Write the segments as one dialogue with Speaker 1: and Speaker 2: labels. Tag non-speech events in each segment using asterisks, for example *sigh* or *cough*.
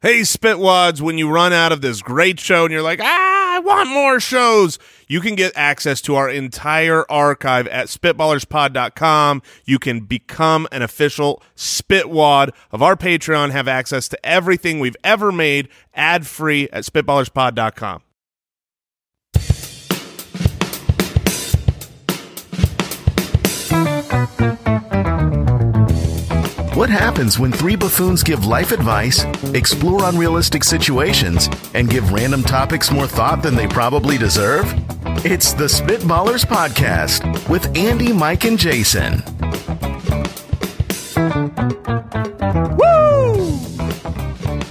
Speaker 1: Hey, Spitwads, when you run out of this great show and you're like, ah, I want more shows, you can get access to our entire archive at spitballerspod.com. You can become an official Spitwad of our Patreon, have access to everything we've ever made ad free at spitballerspod.com.
Speaker 2: What happens when three buffoons give life advice, explore unrealistic situations, and give random topics more thought than they probably deserve? It's the Spitballers Podcast with Andy, Mike, and Jason.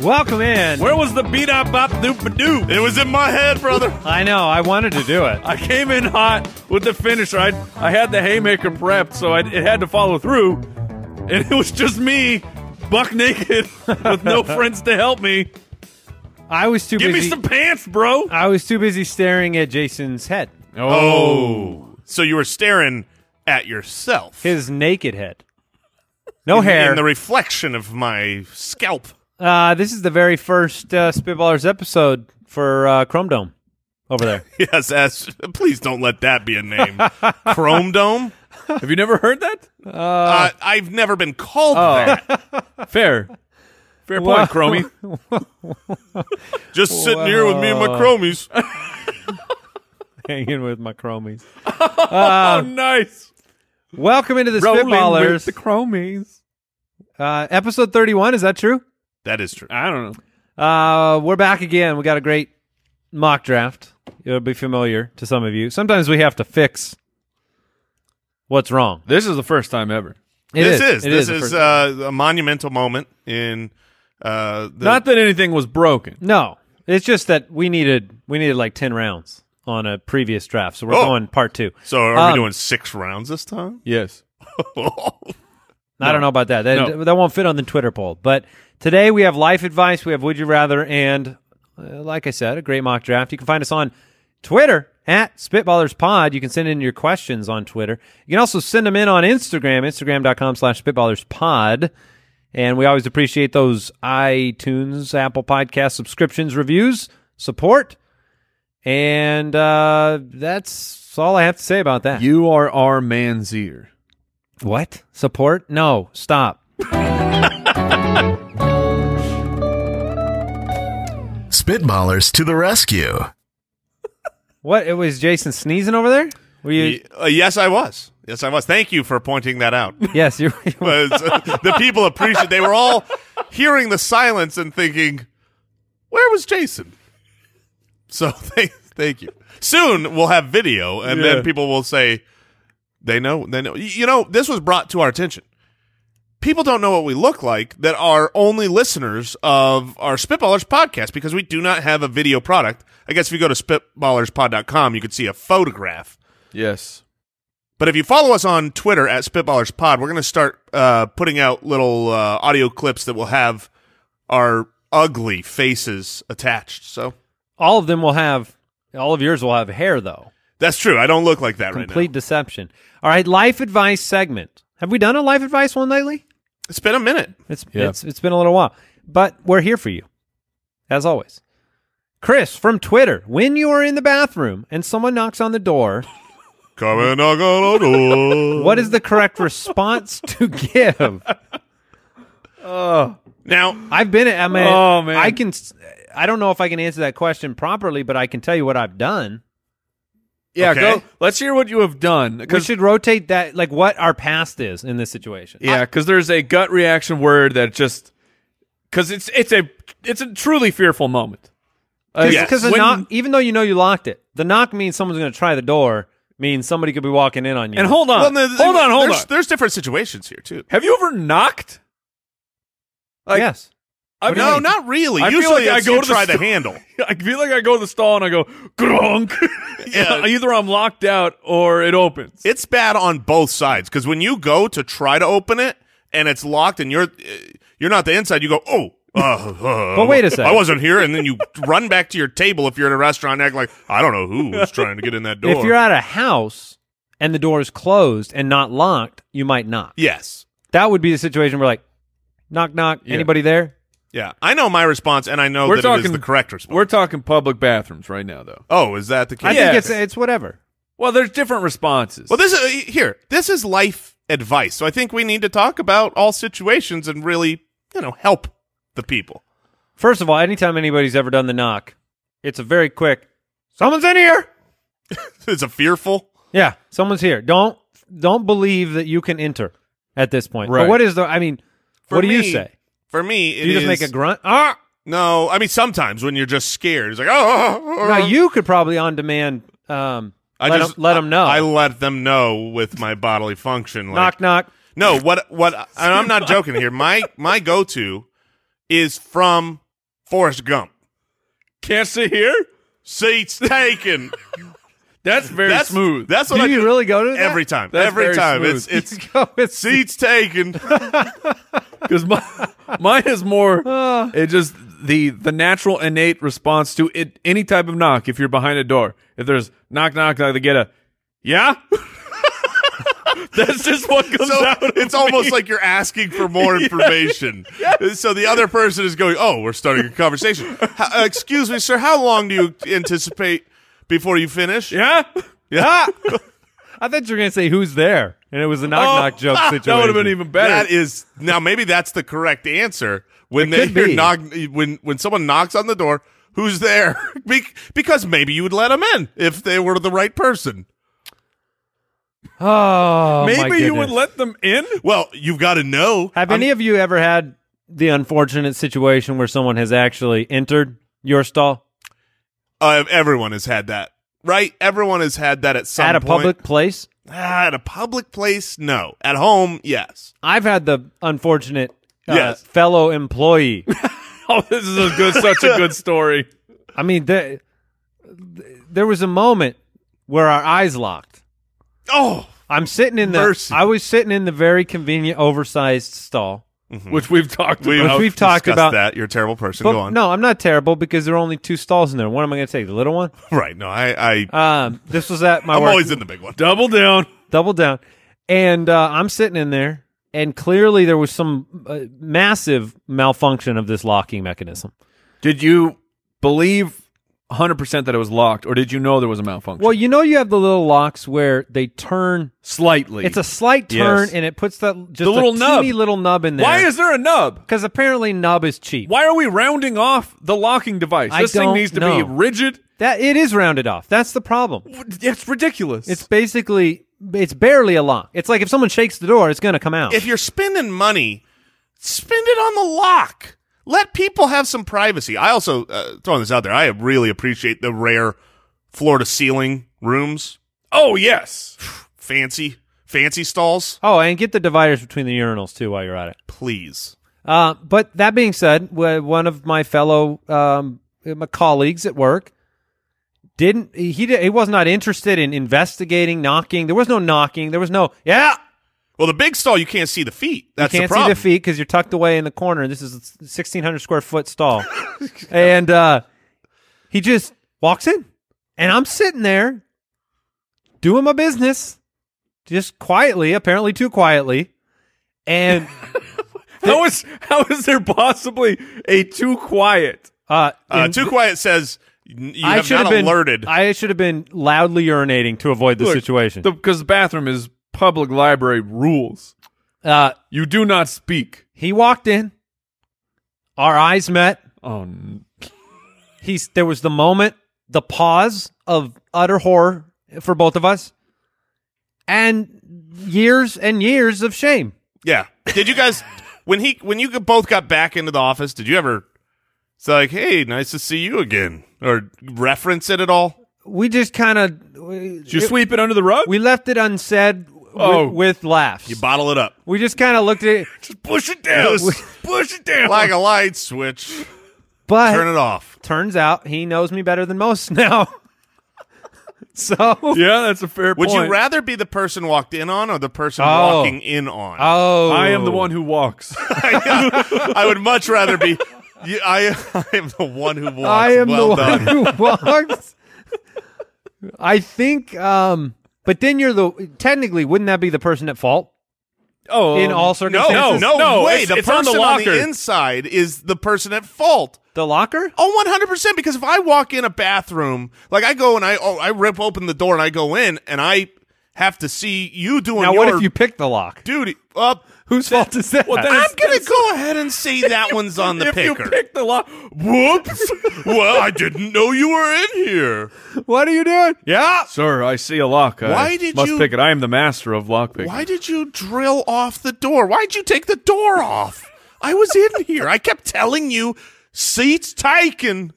Speaker 3: Welcome in.
Speaker 4: Where was the beat up bop doop a doop?
Speaker 1: It was in my head, brother.
Speaker 3: I know. I wanted to do it.
Speaker 4: I came in hot with the finisher. I I had the haymaker prepped, so I, it had to follow through, and it was just me, buck naked, *laughs*
Speaker 1: *laughs*
Speaker 4: with no friends to help me.
Speaker 3: I was too
Speaker 4: Give
Speaker 3: busy.
Speaker 4: me some pants, bro.
Speaker 3: I was too busy staring at Jason's head,
Speaker 1: Oh. So you were staring at yourself.
Speaker 3: his naked
Speaker 4: *laughs*
Speaker 3: head. No hair.
Speaker 1: And the reflection of my scalp.
Speaker 3: uh, this is the very first uh, Spitballers episode for uh, Chrome Dome over
Speaker 4: *laughs*
Speaker 3: there.
Speaker 1: Yes, as, please don't let that be a
Speaker 3: *laughs*
Speaker 1: name. Chrome Dome?
Speaker 4: Have you never heard that?
Speaker 1: Uh, I've never been called
Speaker 3: oh.
Speaker 1: that.
Speaker 4: Fair, fair
Speaker 3: Wow.
Speaker 4: point, *laughs* Chromie.
Speaker 1: Just sitting here with me and my chromies.
Speaker 3: Hanging with my chromies.
Speaker 4: oh, nice.
Speaker 3: Welcome into the
Speaker 4: Rolling with
Speaker 3: Spitballers.
Speaker 4: the Chromies.
Speaker 3: uh, episode 31. Is that true?
Speaker 1: That is true.
Speaker 4: I don't know.
Speaker 3: Uh, we're back again. We got a great mock draft. It'll be familiar to some of you. Sometimes we have to fix what's wrong.
Speaker 4: This is the first time ever.
Speaker 3: It
Speaker 1: this is,
Speaker 3: It
Speaker 1: this
Speaker 3: the
Speaker 1: is,
Speaker 3: first-
Speaker 1: uh, a monumental moment in uh, the,
Speaker 4: Not that anything was broken.
Speaker 3: no. It's just that we needed we needed like ten rounds on a previous draft, so we're
Speaker 1: Oh.
Speaker 3: going part two.
Speaker 1: So are
Speaker 3: Um,
Speaker 1: we doing six rounds this time? *laughs*
Speaker 4: Yes.
Speaker 3: I don't know about that. That
Speaker 4: No.
Speaker 3: that won't fit on the Twitter poll. But today we have life advice. We have would you rather, and uh, like I said, a great mock draft. You can find us on Twitter at Spitballers Pod. You can send in your questions on Twitter. You can also send them in on Instagram, Instagram.com/slash Spitballers Pod. And we always appreciate those iTunes, Apple Podcast subscriptions, reviews, support, and uh, that's all I have to say about that.
Speaker 4: You are our man's ear.
Speaker 3: What? Support? No, stop.
Speaker 2: Spitballers to the rescue.
Speaker 3: What it was Jason sneezing over there? Were you
Speaker 1: Y- uh, yes, I was. Yes, I was. Thank you for pointing that out.
Speaker 3: Yes, you were
Speaker 1: Was- uh, the people appreciate. They were all hearing the silence and thinking, "Where was Jason?" So *laughs* thank, thank you. Soon we'll have video, and
Speaker 4: Yeah.
Speaker 1: then people will say, "They know." They know. Y- You know, this was brought to our attention. People don't know what we look like that are only listeners of our Spitballers podcast because we do not have a video product. I guess if you go to spitballerspod.com, you could see a photograph
Speaker 4: Yes.
Speaker 1: but if you follow us on Twitter at Spitballers Pod, we're going to start uh, putting out little uh, audio clips that will have our ugly faces attached. So
Speaker 3: *laughs* all of them will have all of yours will have hair though.
Speaker 1: that's true. I don't look like that
Speaker 3: Complete deception. All right, life advice segment. Have we done a life advice one lately?
Speaker 1: right now. It's been a minute.
Speaker 3: It's
Speaker 4: Yeah.
Speaker 3: it's it's been a little while. But we're here for you. As always. Chris from Twitter, when you are in the bathroom and someone knocks on the door,
Speaker 1: Come and knock on our *laughs* door.
Speaker 3: what is the correct response *laughs* to give?
Speaker 1: Now,
Speaker 3: I've been. I mean,
Speaker 4: Oh, man.
Speaker 3: I can. s- I don't know if I can answer that question properly, but I can tell you what I've done.
Speaker 4: Yeah.
Speaker 1: Okay.
Speaker 4: Go. Let's hear what you have done.
Speaker 3: We
Speaker 4: 'cause-
Speaker 3: should rotate that, like what our past is in this situation.
Speaker 4: yeah, because there's a gut reaction word that just because it's it's a it's a truly fearful moment. Uh,
Speaker 1: Yes.
Speaker 3: Because
Speaker 4: when-
Speaker 3: knock, even though you know you locked it, the knock means someone's going to try the door. Means somebody could be walking in on you.
Speaker 4: and hold on,
Speaker 1: well, no, th-
Speaker 4: hold on, hold
Speaker 1: there's,
Speaker 4: on.
Speaker 1: There's different situations here too.
Speaker 4: Have you ever knocked? Like,
Speaker 3: yes,
Speaker 4: I
Speaker 1: No, not really.
Speaker 4: I feel
Speaker 1: Usually,
Speaker 4: like I
Speaker 1: it's
Speaker 4: go
Speaker 1: you
Speaker 4: to the
Speaker 1: try the
Speaker 4: store-
Speaker 1: handle.
Speaker 4: I feel like I go to the stall and I go *laughs* gronk.
Speaker 1: Yeah.
Speaker 4: Either I'm locked out or it opens.
Speaker 1: It's bad on both sides because when you go to try to open it and it's locked and you're uh, you're not the inside, you go oh. *laughs* Uh, uh,
Speaker 3: But wait a second.
Speaker 1: I wasn't here, and then you *laughs* run back to your table if you're at a restaurant, and act like I don't know who was trying to get in that door.
Speaker 3: *laughs* If you're at a house and the door is closed and not locked, you might knock.
Speaker 1: yes,
Speaker 3: That would be the situation where like, knock knock, anybody there?
Speaker 1: yeah, I know my response, and I know
Speaker 4: We're
Speaker 1: Oh, that it is
Speaker 4: talking-
Speaker 1: the correct response.
Speaker 4: We're talking public bathrooms right now, though.
Speaker 1: oh, is that the case?
Speaker 3: I
Speaker 4: Yeah.
Speaker 3: think it's it's whatever.
Speaker 4: Well, there's different responses.
Speaker 1: Well, this is uh, here. This is life advice, so I think we need to talk about all situations and really, you know, help the people. *laughs*
Speaker 3: First of all, anytime anybody's ever done the knock, it's a very quick. Someone's in here.
Speaker 1: it's a fearful.
Speaker 3: Yeah, someone's here. Don't don't believe that you can enter at this point. But
Speaker 4: Right.
Speaker 3: what is the? I mean,
Speaker 1: For
Speaker 3: what do you
Speaker 1: me,
Speaker 3: say?
Speaker 1: For me,
Speaker 3: Do you just make a grunt? Ah.
Speaker 1: No, I mean sometimes when you're just scared, it's like oh. oh, oh.
Speaker 3: Now you could probably on demand. Um,
Speaker 1: I
Speaker 3: let,
Speaker 1: just-
Speaker 3: them, let 'em know.
Speaker 1: I let them know with my bodily function. Like,
Speaker 3: knock knock.
Speaker 1: No, what what? And I'm not joking here. My my go to is from Forrest Gump.
Speaker 4: can't sit here.
Speaker 1: Seats
Speaker 3: *laughs*
Speaker 1: taken.
Speaker 4: That's very
Speaker 1: That's
Speaker 4: smooth.
Speaker 1: That's what
Speaker 3: Do
Speaker 1: I
Speaker 3: you really go to that?
Speaker 1: every
Speaker 3: *laughs*
Speaker 1: time.
Speaker 4: That's
Speaker 1: every
Speaker 4: very
Speaker 1: time it's
Speaker 4: smooth.
Speaker 1: it's
Speaker 3: go.
Speaker 1: *laughs*
Speaker 3: It's
Speaker 1: seats
Speaker 3: *laughs*
Speaker 1: taken.
Speaker 4: *laughs* because mine
Speaker 1: *sighs*
Speaker 4: is more. It just the the natural innate response to it any type of knock. If you're behind a door, if there's knock knock knock, they get a yeah. *laughs* That's just what comes
Speaker 1: So
Speaker 4: out.
Speaker 1: it's almost like you're asking for
Speaker 3: *laughs*
Speaker 1: more information. So the other person is going, "Oh, we're starting a conversation. How, uh, excuse me, sir. How long do you anticipate before you finish?
Speaker 4: Yeah,
Speaker 3: Ah! I thought you were gonna say who's there, and it was a knock
Speaker 4: Oh,
Speaker 1: *laughs*
Speaker 3: knock joke
Speaker 4: ah,
Speaker 3: situation.
Speaker 4: That would have been even better.
Speaker 1: That is now maybe that's the correct answer when they *laughs*
Speaker 3: could
Speaker 1: hear
Speaker 3: be.
Speaker 1: knock when when someone knocks on the door. Who's there? *laughs* Be- because maybe you would let them in if they were the right person.
Speaker 3: Oh, my
Speaker 4: Maybe you would
Speaker 3: goodness.
Speaker 4: let them in. *laughs*
Speaker 1: Well, you've got to know.
Speaker 3: Have any of you ever had the unfortunate situation where someone has actually entered your stall
Speaker 1: Uh, everyone has had that, right? Everyone has had that at some
Speaker 3: at a
Speaker 1: point.
Speaker 3: public place?
Speaker 1: Ah, at a public place, no. At home, yes.
Speaker 3: I've had the unfortunate uh,
Speaker 1: Yes.
Speaker 3: fellow employee.
Speaker 4: Oh, this is a good, such a
Speaker 1: *laughs*
Speaker 4: good story.
Speaker 3: I mean, the, th- there was a moment where our eyes locked.
Speaker 1: Oh,
Speaker 3: I'm sitting in the.
Speaker 1: Mercy.
Speaker 3: I was sitting in the very convenient, oversized stall.
Speaker 4: Which we've talked
Speaker 1: we,
Speaker 4: about.
Speaker 3: we've talked
Speaker 1: discussed
Speaker 3: about-
Speaker 1: that. You're a terrible person. Go
Speaker 3: But
Speaker 1: on.
Speaker 3: no, I'm not terrible because there are only two stalls in there. What am I going to take? The little one?
Speaker 1: right? No, I, I
Speaker 3: Um, this was at
Speaker 4: *laughs*
Speaker 3: my
Speaker 1: I'm
Speaker 3: work.
Speaker 1: always in the big one.
Speaker 4: Double down.
Speaker 3: double down. And uh, I'm sitting in there, and clearly there was some uh, massive malfunction of this locking mechanism.
Speaker 4: Did you believe 100% that it was locked, or did you know there was a malfunction?
Speaker 3: Well, you know, you have the little locks where they turn.
Speaker 4: slightly.
Speaker 3: It's a slight turn,
Speaker 4: Yes.
Speaker 3: and it puts that just
Speaker 4: The little
Speaker 3: a
Speaker 4: nub.
Speaker 3: teeny little nub in there.
Speaker 4: Why is there a nub?
Speaker 3: because apparently nub is cheap.
Speaker 4: Why are we rounding off the locking device?
Speaker 3: I
Speaker 4: this thing
Speaker 3: don't
Speaker 4: needs to
Speaker 3: know.
Speaker 4: be rigid.
Speaker 3: That it is rounded off. That's the problem.
Speaker 4: It's ridiculous.
Speaker 3: It's basically it's barely a lock. It's like if someone shakes the door, it's going to come out.
Speaker 1: If you're spending money, spend it on the lock. Let people have some privacy. I also uh, throwing this out there. I really appreciate the rare floor to ceiling rooms,
Speaker 4: oh yes.
Speaker 1: fancy fancy stalls.
Speaker 3: oh, and get the dividers between the urinals too while you're at it.
Speaker 1: Please,
Speaker 3: Uh, but that being said, wh- one of my fellow um, my colleagues at work didn't he? di- He was not interested in investigating, knocking. There was no knocking. There was no yeah.
Speaker 1: well, the big stall you can't see the feet.
Speaker 3: You
Speaker 1: That's
Speaker 3: can't
Speaker 1: the
Speaker 3: see
Speaker 1: problem.
Speaker 3: the feet because you're tucked away in the corner. This is a sixteen hundred square
Speaker 1: *laughs*
Speaker 3: foot stall, and uh, he just walks in, and I'm sitting there doing my business, just quietly, apparently too quietly,
Speaker 1: *laughs*
Speaker 3: and
Speaker 4: How is how is there possibly a too quiet?
Speaker 3: uh,
Speaker 1: Uh,
Speaker 3: in-
Speaker 1: Too quiet says "N- you have
Speaker 3: should
Speaker 1: not
Speaker 3: been
Speaker 1: alerted.
Speaker 3: I should have been loudly urinating to avoid the
Speaker 4: Look,
Speaker 3: situation.
Speaker 4: Because the bathroom is public library rules.
Speaker 3: uh,
Speaker 4: You do not speak.
Speaker 3: he walked in. Our eyes met.
Speaker 4: Oh, n-
Speaker 3: He's there was the moment, the pause of utter horror for both of us, and years and years of shame.
Speaker 1: Yeah. Did you guys *laughs* when he when you both got back into the office? Did you ever? It's like, hey, nice to see you again, or reference it at all?
Speaker 3: We just kind of
Speaker 4: did you sweep it under the rug?
Speaker 3: we left it unsaid.
Speaker 4: Oh.
Speaker 3: with, with laughs.
Speaker 1: You bottle it up.
Speaker 3: we just kind of looked at it,
Speaker 4: Just push it down.
Speaker 3: *laughs*
Speaker 4: push it down.
Speaker 1: Like a light switch.
Speaker 3: but
Speaker 1: Turn it off.
Speaker 3: turns out he knows me better than most *laughs* now. so,
Speaker 4: yeah, that's a fair
Speaker 1: Would
Speaker 4: point.
Speaker 1: you rather be the person walked in on or the person
Speaker 3: Oh.
Speaker 1: walking in on?
Speaker 3: oh,
Speaker 4: I am the one who walks.
Speaker 1: *laughs* I would much rather be. You, I, I am the one who walks.
Speaker 3: I am
Speaker 1: well
Speaker 3: the
Speaker 1: done.
Speaker 3: *laughs* one
Speaker 1: *laughs*
Speaker 3: who walks. I think, um, but then you're the technically wouldn't that be the person at fault
Speaker 4: oh,
Speaker 3: in all
Speaker 1: No,
Speaker 3: circumstances?
Speaker 1: no, no,
Speaker 4: no,
Speaker 1: way.
Speaker 4: it's-
Speaker 1: the
Speaker 4: it's on
Speaker 1: person
Speaker 4: the
Speaker 1: on the
Speaker 4: locker.
Speaker 1: inside is the person at fault.
Speaker 3: the locker.
Speaker 1: Oh, 100%. Because if I walk in a bathroom, like I go and I oh, I rip open the door and I go in and I have to see you doing
Speaker 3: Now,
Speaker 1: your
Speaker 3: what if you pick the lock?
Speaker 1: duty. Up.
Speaker 3: *laughs* Whose fault is that?
Speaker 4: Well, then
Speaker 1: I'm
Speaker 4: it's-
Speaker 1: going to go ahead and say that one's on
Speaker 3: *laughs*
Speaker 1: the
Speaker 4: if you
Speaker 1: picker.
Speaker 4: pick the lock,
Speaker 1: Whoops. well, I didn't know you were in here.
Speaker 3: what are you doing?
Speaker 1: Yeah.
Speaker 4: sir, I see a lock. I
Speaker 1: Why did
Speaker 4: must
Speaker 1: you-
Speaker 4: pick it? I am the master of lock picking.
Speaker 1: Why did you drill off the door? Why'd you take the door off? I was in here. I kept telling you, seats
Speaker 4: *laughs*
Speaker 1: taken.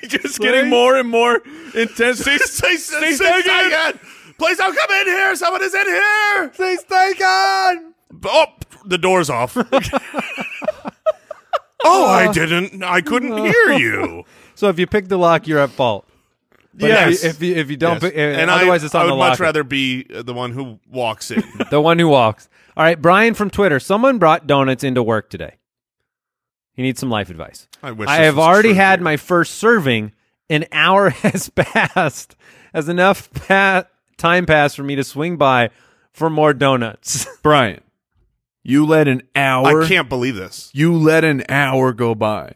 Speaker 4: Just getting more and more intense.
Speaker 1: Seats, seats, seats taken. Please don't come in here. Someone is in here.
Speaker 3: Please, thank God.
Speaker 1: Oh, the door's
Speaker 4: *laughs*
Speaker 1: off. oh, I didn't. I couldn't hear you.
Speaker 3: So if you pick the lock, you're at fault. But
Speaker 1: Yes.
Speaker 3: If you, if you, if you don't,
Speaker 1: Yes.
Speaker 3: pick, eh,
Speaker 1: and
Speaker 3: otherwise
Speaker 1: I,
Speaker 3: it's on
Speaker 1: I would
Speaker 3: the
Speaker 1: much
Speaker 3: locker.
Speaker 1: rather be uh, the one who walks
Speaker 3: *laughs*
Speaker 1: in.
Speaker 3: the one who walks. All right, Brian from Twitter. Someone brought donuts into work today. He needs some life advice.
Speaker 1: I wish.
Speaker 3: I
Speaker 1: this
Speaker 3: have
Speaker 1: was
Speaker 3: already
Speaker 1: true.
Speaker 3: had my first serving. An hour *laughs* has passed. Has enough pa- time passed for me to swing by for more donuts? *laughs*
Speaker 4: Brian, you let an hour.
Speaker 1: I can't believe this.
Speaker 4: You let an hour go by.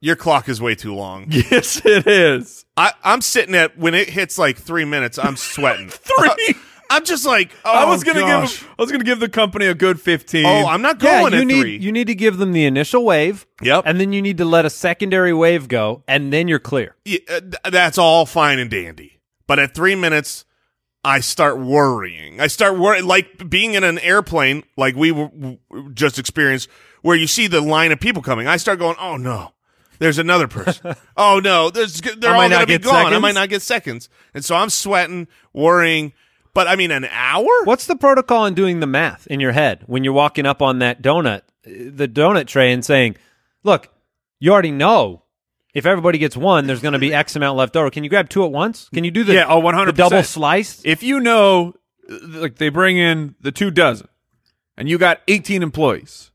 Speaker 1: Your clock is way too long.
Speaker 4: Yes, it is.
Speaker 1: I, I'm sitting at when it hits like three minutes, I'm
Speaker 3: *laughs*
Speaker 1: sweating. Uh,
Speaker 4: Three.
Speaker 1: I'm just like, oh,
Speaker 4: I was gonna
Speaker 1: gosh.
Speaker 4: give. I was gonna give the company a good fifteen.
Speaker 1: Oh, I'm not
Speaker 3: yeah,
Speaker 1: going
Speaker 3: you
Speaker 1: at
Speaker 3: need
Speaker 1: three.
Speaker 3: you need to give them the initial wave.
Speaker 1: Yep.
Speaker 3: and then you need to let a secondary wave go, and then you're clear.
Speaker 1: Yeah, uh, th- that's all fine and dandy. But at three minutes, I start worrying. I start worrying, like being in an airplane, like we were, w- w- just experienced, where you see the line of people coming. I start going, oh no, there's another
Speaker 3: *laughs*
Speaker 1: person. oh no, there's g- they're
Speaker 3: I might
Speaker 1: all gonna
Speaker 3: not
Speaker 1: be
Speaker 3: get
Speaker 1: gone. I
Speaker 3: seconds.
Speaker 1: might not get seconds, and so I'm sweating, worrying. But I mean, an hour?
Speaker 3: What's the protocol in doing the math in your head when you're walking up on that donut, eh, the donut tray, and saying, "Look, you already know." If everybody gets one, there's going to be X amount left over. Can you grab two at once? Can you do the
Speaker 4: Yeah, oh, 100%.
Speaker 3: the double slice?
Speaker 4: If you know, uh, like they bring in the two dozen, and you got eighteen employees,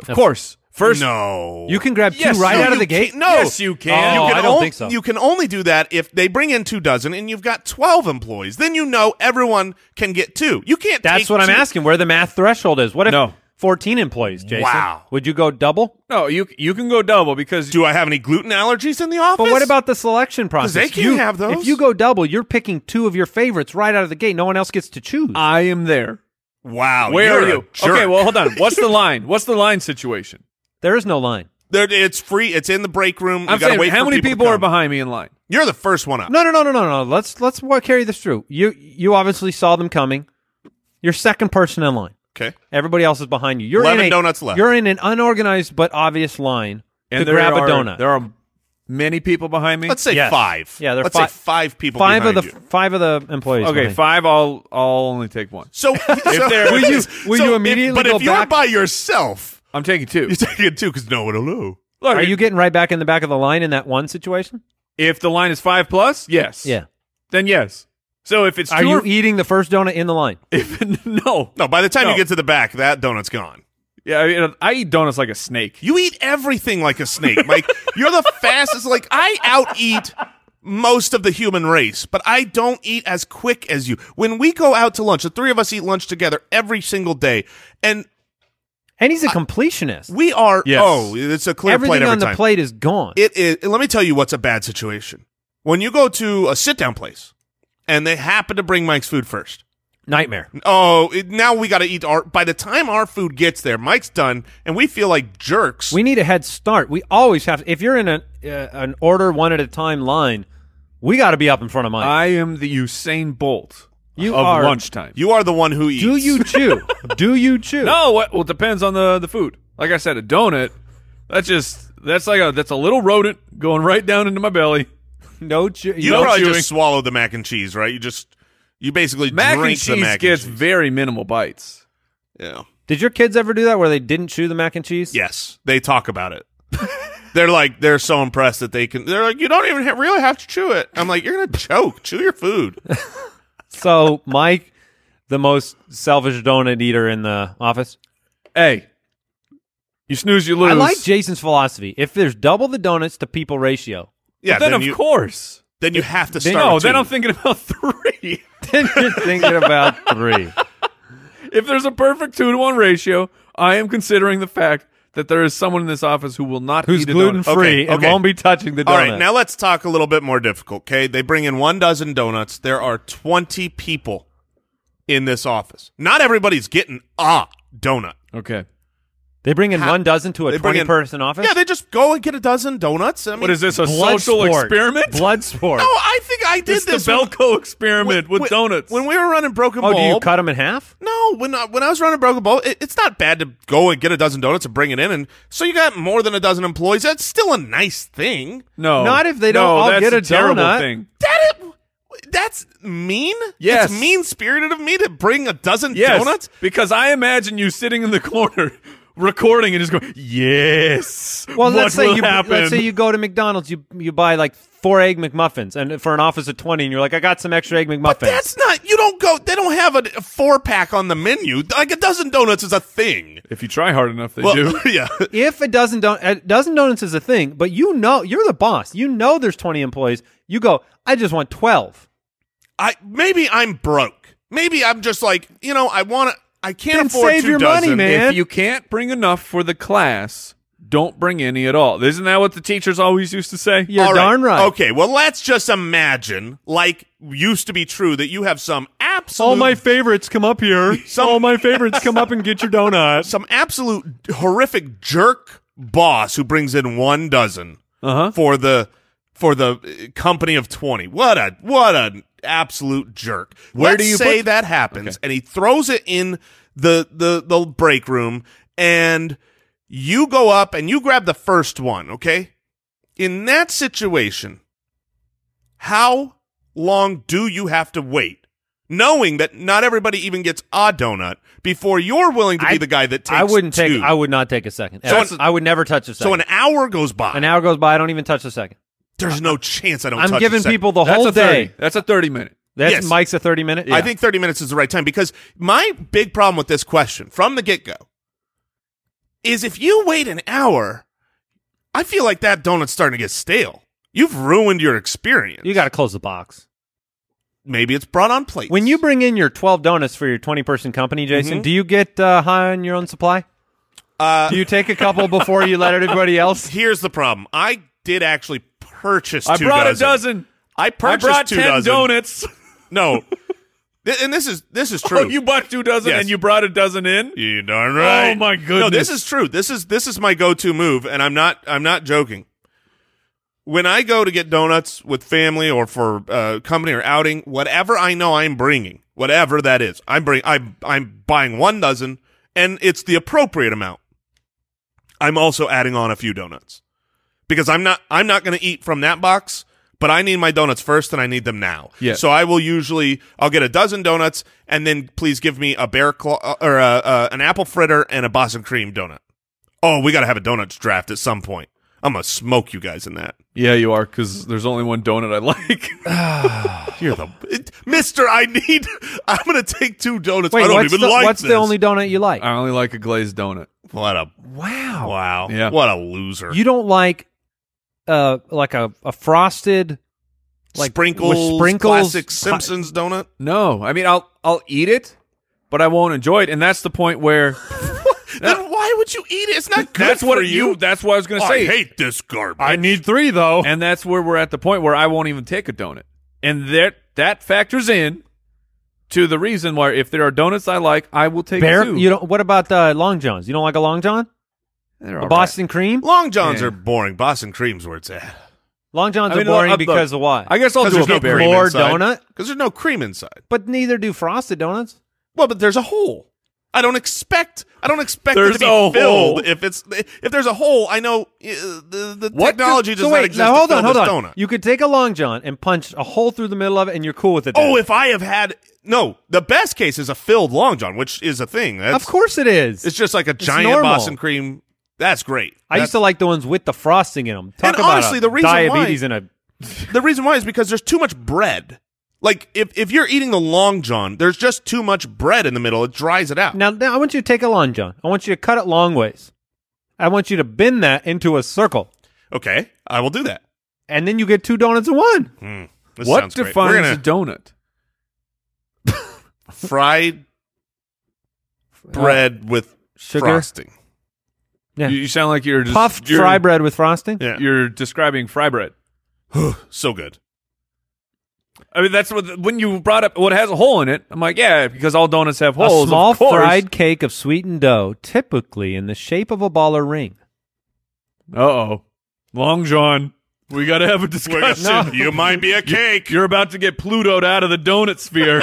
Speaker 4: of course, first
Speaker 1: no,
Speaker 3: You can grab two
Speaker 4: Yes,
Speaker 3: right
Speaker 4: no,
Speaker 3: out of
Speaker 1: you
Speaker 3: the gate.
Speaker 1: can't- No,
Speaker 4: Yes, you can.
Speaker 3: Oh,
Speaker 1: you can
Speaker 3: I don't
Speaker 1: on-
Speaker 3: think so.
Speaker 1: You can only do that if they bring in two dozen and you've got twelve employees. Then you know everyone can get two. You can't.
Speaker 3: That's
Speaker 1: take
Speaker 3: what I'm
Speaker 1: two-
Speaker 3: asking. Where the math threshold is? What if
Speaker 4: No.
Speaker 3: 14 employees, Jason?
Speaker 1: Wow.
Speaker 3: Would you go double?
Speaker 4: no, you you can go double because
Speaker 1: Do I have any gluten allergies in the office?
Speaker 3: But what about the selection process?
Speaker 1: they can't
Speaker 3: You-
Speaker 1: have those.
Speaker 3: If you go double, you're picking two of your favorites right out of the gate. No one else gets to choose.
Speaker 1: Uh,
Speaker 4: I am there.
Speaker 1: Wow,
Speaker 4: Where
Speaker 1: Oh, you're
Speaker 4: are
Speaker 1: a
Speaker 4: you?
Speaker 1: jerk.
Speaker 4: Okay, well, hold on. What's the line? What's the line situation?
Speaker 3: there is no line.
Speaker 1: There- it's free. It's in the break room. You
Speaker 4: I'm
Speaker 1: gotta
Speaker 4: saying,
Speaker 1: wait
Speaker 4: how
Speaker 1: for
Speaker 4: many
Speaker 1: people, to
Speaker 4: people are
Speaker 1: come.
Speaker 4: behind me in line?
Speaker 1: You're the first one up.
Speaker 3: No, no, no, no, no, no. Let's let's wa- carry this through. You you obviously saw them coming. You're second person in line.
Speaker 1: Okay,
Speaker 3: Everybody else is behind you. You're
Speaker 1: 11
Speaker 3: in a,
Speaker 1: donuts left.
Speaker 3: You're in an unorganized but obvious line to
Speaker 4: there
Speaker 3: grab
Speaker 4: are-
Speaker 3: a donut.
Speaker 4: There are many people behind me.
Speaker 1: let's say
Speaker 3: Yes.
Speaker 1: five.
Speaker 3: Yeah, there are
Speaker 1: let's
Speaker 3: five-
Speaker 1: say five people.
Speaker 3: five of the
Speaker 1: behind you.
Speaker 3: five of the employees.
Speaker 4: okay,
Speaker 3: behind you.
Speaker 4: five. I'll I'll only take one.
Speaker 3: *laughs*
Speaker 1: So, so
Speaker 4: there-
Speaker 1: *laughs*
Speaker 4: Will
Speaker 3: you- will
Speaker 1: so
Speaker 3: you
Speaker 1: if-
Speaker 3: immediately
Speaker 1: But
Speaker 3: go
Speaker 1: if you're
Speaker 3: back?
Speaker 1: by yourself, *laughs*
Speaker 4: I'm taking two.
Speaker 1: you're taking two because no one will know.
Speaker 4: Look,
Speaker 3: Are you getting right back in the back of the line in that one situation?
Speaker 4: if the line is five plus, yes. Then yes. So if it's
Speaker 3: Are
Speaker 4: two
Speaker 3: you
Speaker 4: or-
Speaker 3: eating the first donut in the line?
Speaker 4: *laughs* if no,
Speaker 1: No, by the time you
Speaker 4: No.
Speaker 1: get to the back, that donut's gone.
Speaker 4: yeah, I, mean, I eat donuts like a snake.
Speaker 1: You eat everything like a snake, Mike. You're the fastest. Like I out eat most of the human race, but I don't eat as quick as you. When we go out to lunch, the three of us eat lunch together every single day, and
Speaker 3: And he's a completionist.
Speaker 1: we are.
Speaker 4: Yes.
Speaker 1: Oh, it's a clear
Speaker 3: Everything
Speaker 1: plate every
Speaker 3: on the
Speaker 1: time.
Speaker 3: plate is gone.
Speaker 1: It is. Let me tell you what's a bad situation. When you go to a sit down place, and they happen to bring Mike's food first.
Speaker 3: Nightmare.
Speaker 1: Oh, it, now we got to eat our. By the time our food gets there, Mike's done, and we feel like jerks.
Speaker 3: We need a head start. We always have. If you're in an uh, an order one at a time line, we got to be up in front of mine.
Speaker 4: I am the Usain Bolt
Speaker 3: You
Speaker 4: of
Speaker 3: are-
Speaker 4: lunchtime.
Speaker 1: you are the one who eats.
Speaker 3: Do *laughs* you chew? Do you chew?
Speaker 4: no, what, well, it depends on the the food. Like I said, a donut. That's just that's like a that's a little rodent going right down into my belly.
Speaker 3: no chew.
Speaker 1: You
Speaker 4: No
Speaker 1: probably
Speaker 4: chewing.
Speaker 1: just swallowed the mac and cheese, right? You just You basically
Speaker 4: Mac
Speaker 1: drink
Speaker 4: and cheese
Speaker 1: the mac
Speaker 4: gets
Speaker 1: and cheese.
Speaker 4: very minimal bites.
Speaker 1: yeah.
Speaker 3: Did your kids ever do that where they didn't chew the mac and cheese?
Speaker 1: Yes, they talk about it. *laughs* they're like they're so impressed that they can. They're like, you don't even ha- really have to chew it. I'm like, you're gonna choke. Chew your
Speaker 4: *laughs*
Speaker 1: food.
Speaker 3: So Mike, the most selfish donut eater in the office.
Speaker 4: Hey, you snooze, you lose.
Speaker 3: I like Jason's philosophy. If there's double the donuts to people ratio, *laughs*
Speaker 1: Yeah.
Speaker 4: then,
Speaker 1: then,
Speaker 4: of
Speaker 1: you,
Speaker 4: course.
Speaker 1: then you have to
Speaker 3: Then-
Speaker 1: start.
Speaker 4: No,
Speaker 1: with
Speaker 4: then
Speaker 1: two.
Speaker 4: I'm thinking about *laughs* three.
Speaker 3: then you're thinking about three.
Speaker 4: if there's a perfect two to one ratio, I am considering the fact that there is someone in this office who will not
Speaker 3: Who's
Speaker 4: eat a
Speaker 3: gluten
Speaker 4: donut.
Speaker 3: free
Speaker 1: Okay,
Speaker 3: and
Speaker 1: okay.
Speaker 3: won't be touching the donut.
Speaker 1: All right, now let's talk a little bit more difficult. Okay, they bring in one dozen donuts. There are twenty people in this office. Not everybody's getting a donut.
Speaker 4: Okay.
Speaker 3: they bring in
Speaker 1: How-
Speaker 3: one dozen to a
Speaker 1: They bring in-
Speaker 3: twenty-person office.
Speaker 1: Yeah, they just go and get a dozen donuts. I mean,
Speaker 4: What is this? A
Speaker 3: Blood
Speaker 4: social
Speaker 3: sport.
Speaker 4: experiment?
Speaker 3: Blood sport.
Speaker 1: *laughs* No, I think I did
Speaker 4: It's the
Speaker 1: this when-
Speaker 4: Belco experiment with donuts.
Speaker 1: When we were running Broken
Speaker 3: oh,
Speaker 1: Bulb,
Speaker 3: do you cut them in half?
Speaker 1: No, when I, when I was running Broken Bowl, it, it's not bad to go and get a dozen donuts and bring it in, and so you got more than a dozen employees. That's still a nice thing.
Speaker 4: no,
Speaker 3: Not if they don't
Speaker 4: no,
Speaker 3: all
Speaker 4: that's
Speaker 3: get a
Speaker 4: terrible
Speaker 3: donut.
Speaker 4: Thing.
Speaker 1: That it, that's mean.
Speaker 4: Yes.
Speaker 1: it's mean spirited of me to bring a dozen
Speaker 4: Yes,
Speaker 1: donuts.
Speaker 4: because I imagine you sitting in the *laughs* corner recording and just going, "Yes."
Speaker 3: Well,
Speaker 4: what
Speaker 3: let's say
Speaker 4: will
Speaker 3: you
Speaker 4: happen?
Speaker 3: let's say you go to McDonald's, you you buy like four egg McMuffins, and for an office of twenty, and you're like, I got some extra egg McMuffins.
Speaker 1: But that's not. You don't go. They don't have a, four pack on the menu. Like a dozen donuts is a thing.
Speaker 4: if you try hard enough, they
Speaker 1: Well,
Speaker 4: do.
Speaker 1: *laughs* yeah.
Speaker 3: if a dozen don- a dozen donuts is a thing, but you know you're the boss, you know there's twenty employees, you go, I just want twelve.
Speaker 1: I maybe I'm broke. Maybe I'm just like you know. I want to. I can't
Speaker 3: Then
Speaker 1: afford
Speaker 3: save
Speaker 1: two
Speaker 3: your money,
Speaker 1: dozen.
Speaker 3: man.
Speaker 4: If you can't bring enough for the class, don't bring any at all. Isn't that what the teachers always used to say?
Speaker 3: You're
Speaker 1: All
Speaker 3: darn right.
Speaker 1: Okay, well, let's just imagine, like used to be true, that you have some absolute,
Speaker 3: favorites come up *laughs* here. All my favorites come up and get your donuts.
Speaker 1: some absolute horrific jerk boss who brings in one dozen
Speaker 4: Uh huh.
Speaker 1: for the for the uh, company of twenty. What a what an absolute jerk.
Speaker 4: Where
Speaker 1: let's
Speaker 4: do you
Speaker 1: say
Speaker 4: put-
Speaker 1: that happens, and he throws it in the the the break room, and you go up and you grab the first one. Okay, in that situation, how long do you have to wait? Knowing that not everybody even gets a donut before you're willing to be
Speaker 3: I-
Speaker 1: the guy that takes
Speaker 3: I wouldn't
Speaker 1: two.
Speaker 3: take. I would not take a second.
Speaker 1: So
Speaker 3: Ever.
Speaker 1: an-
Speaker 3: I would never touch a second.
Speaker 1: so an hour goes by.
Speaker 3: an hour goes by, I don't even touch a second.
Speaker 1: There's no chance I don't. touch
Speaker 3: I'm
Speaker 1: a
Speaker 3: giving
Speaker 1: second.
Speaker 3: people the
Speaker 4: That's
Speaker 3: whole
Speaker 4: *laughs* a 30.
Speaker 3: day.
Speaker 4: That's a thirty minute.
Speaker 3: That's
Speaker 1: Yes.
Speaker 3: Mike's a thirty minute.
Speaker 1: I think 30 minutes is the right time because my big problem with this question from the get go is if you wait an hour, I feel like that donut's starting to get stale. You've ruined your experience.
Speaker 3: you got to close the box.
Speaker 1: maybe it's brought on plates.
Speaker 3: When you bring in your 12 donuts for your 20 person company, Jason, do you get uh, high on your own supply?
Speaker 1: Uh,
Speaker 3: do you take a couple before you let everybody
Speaker 4: *laughs*
Speaker 3: else?
Speaker 1: here's the problem: I did actually purchase.
Speaker 4: I
Speaker 1: two
Speaker 4: brought
Speaker 1: dozen.
Speaker 4: a dozen.
Speaker 1: I
Speaker 4: I
Speaker 1: purchased
Speaker 4: brought
Speaker 1: two
Speaker 4: ten
Speaker 1: dozen. *laughs*
Speaker 4: donuts. *laughs*
Speaker 1: No, Th- and this is this is true.
Speaker 4: Oh, you bought two dozen
Speaker 1: Yes.
Speaker 4: and you brought a dozen in.
Speaker 1: You darn right.
Speaker 4: Oh, my
Speaker 1: No, this
Speaker 4: goodness.
Speaker 1: is true. This is this is my go-to move, and I'm not I'm not joking. When I go to get donuts with family or for uh, company or outing, whatever I know I'm bringing, whatever that is, I'm bring I'm I'm buying one dozen, and it's the appropriate amount. I'm also adding on a few donuts because I'm not I'm not going to eat from that box, but I need my donuts first and I need them now.
Speaker 4: Yeah.
Speaker 1: So I will usually I'll get a dozen donuts and then please give me a bear claw or a, uh an apple fritter and a Boston cream donut. Oh, we got to have a donuts draft at some point. I'm gonna smoke you guys in that.
Speaker 4: Yeah, you are because there's only one donut I *laughs* like.
Speaker 1: You're the it- Mister. I need. *laughs* I'm gonna take two donuts.
Speaker 3: Wait,
Speaker 1: I don't
Speaker 3: what's,
Speaker 1: even
Speaker 3: the,
Speaker 1: like
Speaker 3: what's the
Speaker 1: this.
Speaker 3: only donut you like?
Speaker 4: I only like a glazed donut.
Speaker 1: What a
Speaker 3: wow.
Speaker 1: wow.
Speaker 4: Yeah.
Speaker 1: What a loser.
Speaker 3: You don't like uh like a, a frosted like
Speaker 1: sprinkles,
Speaker 3: with sprinkles
Speaker 1: classic
Speaker 3: Hi-
Speaker 1: Simpsons donut.
Speaker 4: No, I mean I'll I'll eat it, but I won't enjoy it, and that's the point where
Speaker 1: Then why would you eat it? It's not good
Speaker 4: that's what
Speaker 1: for Oh,
Speaker 4: it- you. That's what I was gonna
Speaker 1: I
Speaker 4: say.
Speaker 1: hate this garbage.
Speaker 3: need 3 though.
Speaker 4: and that's where we're at the point where I won't even take a donut, and that that factors in to the reason why if there are donuts I like, I will take
Speaker 3: Bear,
Speaker 4: two.
Speaker 3: you don't what about uh, long johns? You don't like a long john? A
Speaker 4: They're all right.
Speaker 3: Boston cream?
Speaker 1: Long Johns
Speaker 4: Yeah.
Speaker 1: are boring. Boston creams where it's at.
Speaker 3: Long johns
Speaker 4: I mean,
Speaker 3: are boring
Speaker 4: uh, look,
Speaker 3: because of why?
Speaker 4: I guess I'll
Speaker 1: 'Cause
Speaker 4: do a
Speaker 1: there's no
Speaker 4: bear.
Speaker 1: cream
Speaker 3: More
Speaker 1: inside.
Speaker 3: donut?
Speaker 1: Because there's no cream inside.
Speaker 3: but neither do frosted donuts.
Speaker 1: Well, but there's a hole. I don't expect. I don't expect
Speaker 4: There's
Speaker 1: it to be
Speaker 4: a
Speaker 1: filled.
Speaker 4: hole.
Speaker 1: If it's if there's a hole, I know uh, the, the
Speaker 3: What?
Speaker 1: technology
Speaker 3: So
Speaker 1: does not
Speaker 3: wait,
Speaker 1: exist.
Speaker 3: Now
Speaker 1: to
Speaker 3: hold on,
Speaker 1: fill
Speaker 3: hold
Speaker 1: this
Speaker 3: on.
Speaker 1: donut.
Speaker 3: You could take a long john and punch a hole through the middle of it, and you're cool with it.
Speaker 1: Oh,
Speaker 3: then.
Speaker 1: if I have had no, the best case is a filled long john, which is a thing. That's,
Speaker 3: of course it is.
Speaker 1: it's just like a giant
Speaker 3: normal.
Speaker 1: Boston cream. That's great.
Speaker 3: I used to like the ones with the frosting in them. Talk
Speaker 1: And
Speaker 3: about
Speaker 1: honestly,
Speaker 3: a
Speaker 1: the reason why-
Speaker 3: diabetes in a
Speaker 1: The reason why is because there's too much bread. Like if if you're eating the long john, there's just too much bread in the middle. It dries it out.
Speaker 3: Now, now I want you to take a long john. I want you to cut it long ways. I want you to bend that into a circle,
Speaker 1: Okay, I will do that.
Speaker 3: and then you get two donuts in one.
Speaker 1: Hmm, this
Speaker 4: what
Speaker 1: sounds great. We're
Speaker 4: defines a
Speaker 1: gonna
Speaker 4: donut?
Speaker 1: fried uh, bread with
Speaker 3: Sugar?
Speaker 1: frosting.
Speaker 3: Yeah.
Speaker 4: You, you sound like you're just
Speaker 3: Puffed
Speaker 4: you're,
Speaker 3: fry bread with frosting.
Speaker 1: Yeah,
Speaker 4: You're describing fry bread.
Speaker 1: so *laughs* good.
Speaker 4: I mean, that's what when you brought up what has a hole in it. I'm like, yeah, because all donuts have
Speaker 3: A
Speaker 4: holes. of
Speaker 3: small
Speaker 4: course.
Speaker 3: fried cake of sweetened dough, typically in the shape of a ball or ring.
Speaker 4: Uh oh, Long John. We got to have a
Speaker 1: *laughs*
Speaker 4: discussion.
Speaker 1: You might be a cake.
Speaker 4: You're about to get Plutoed out of the donut sphere.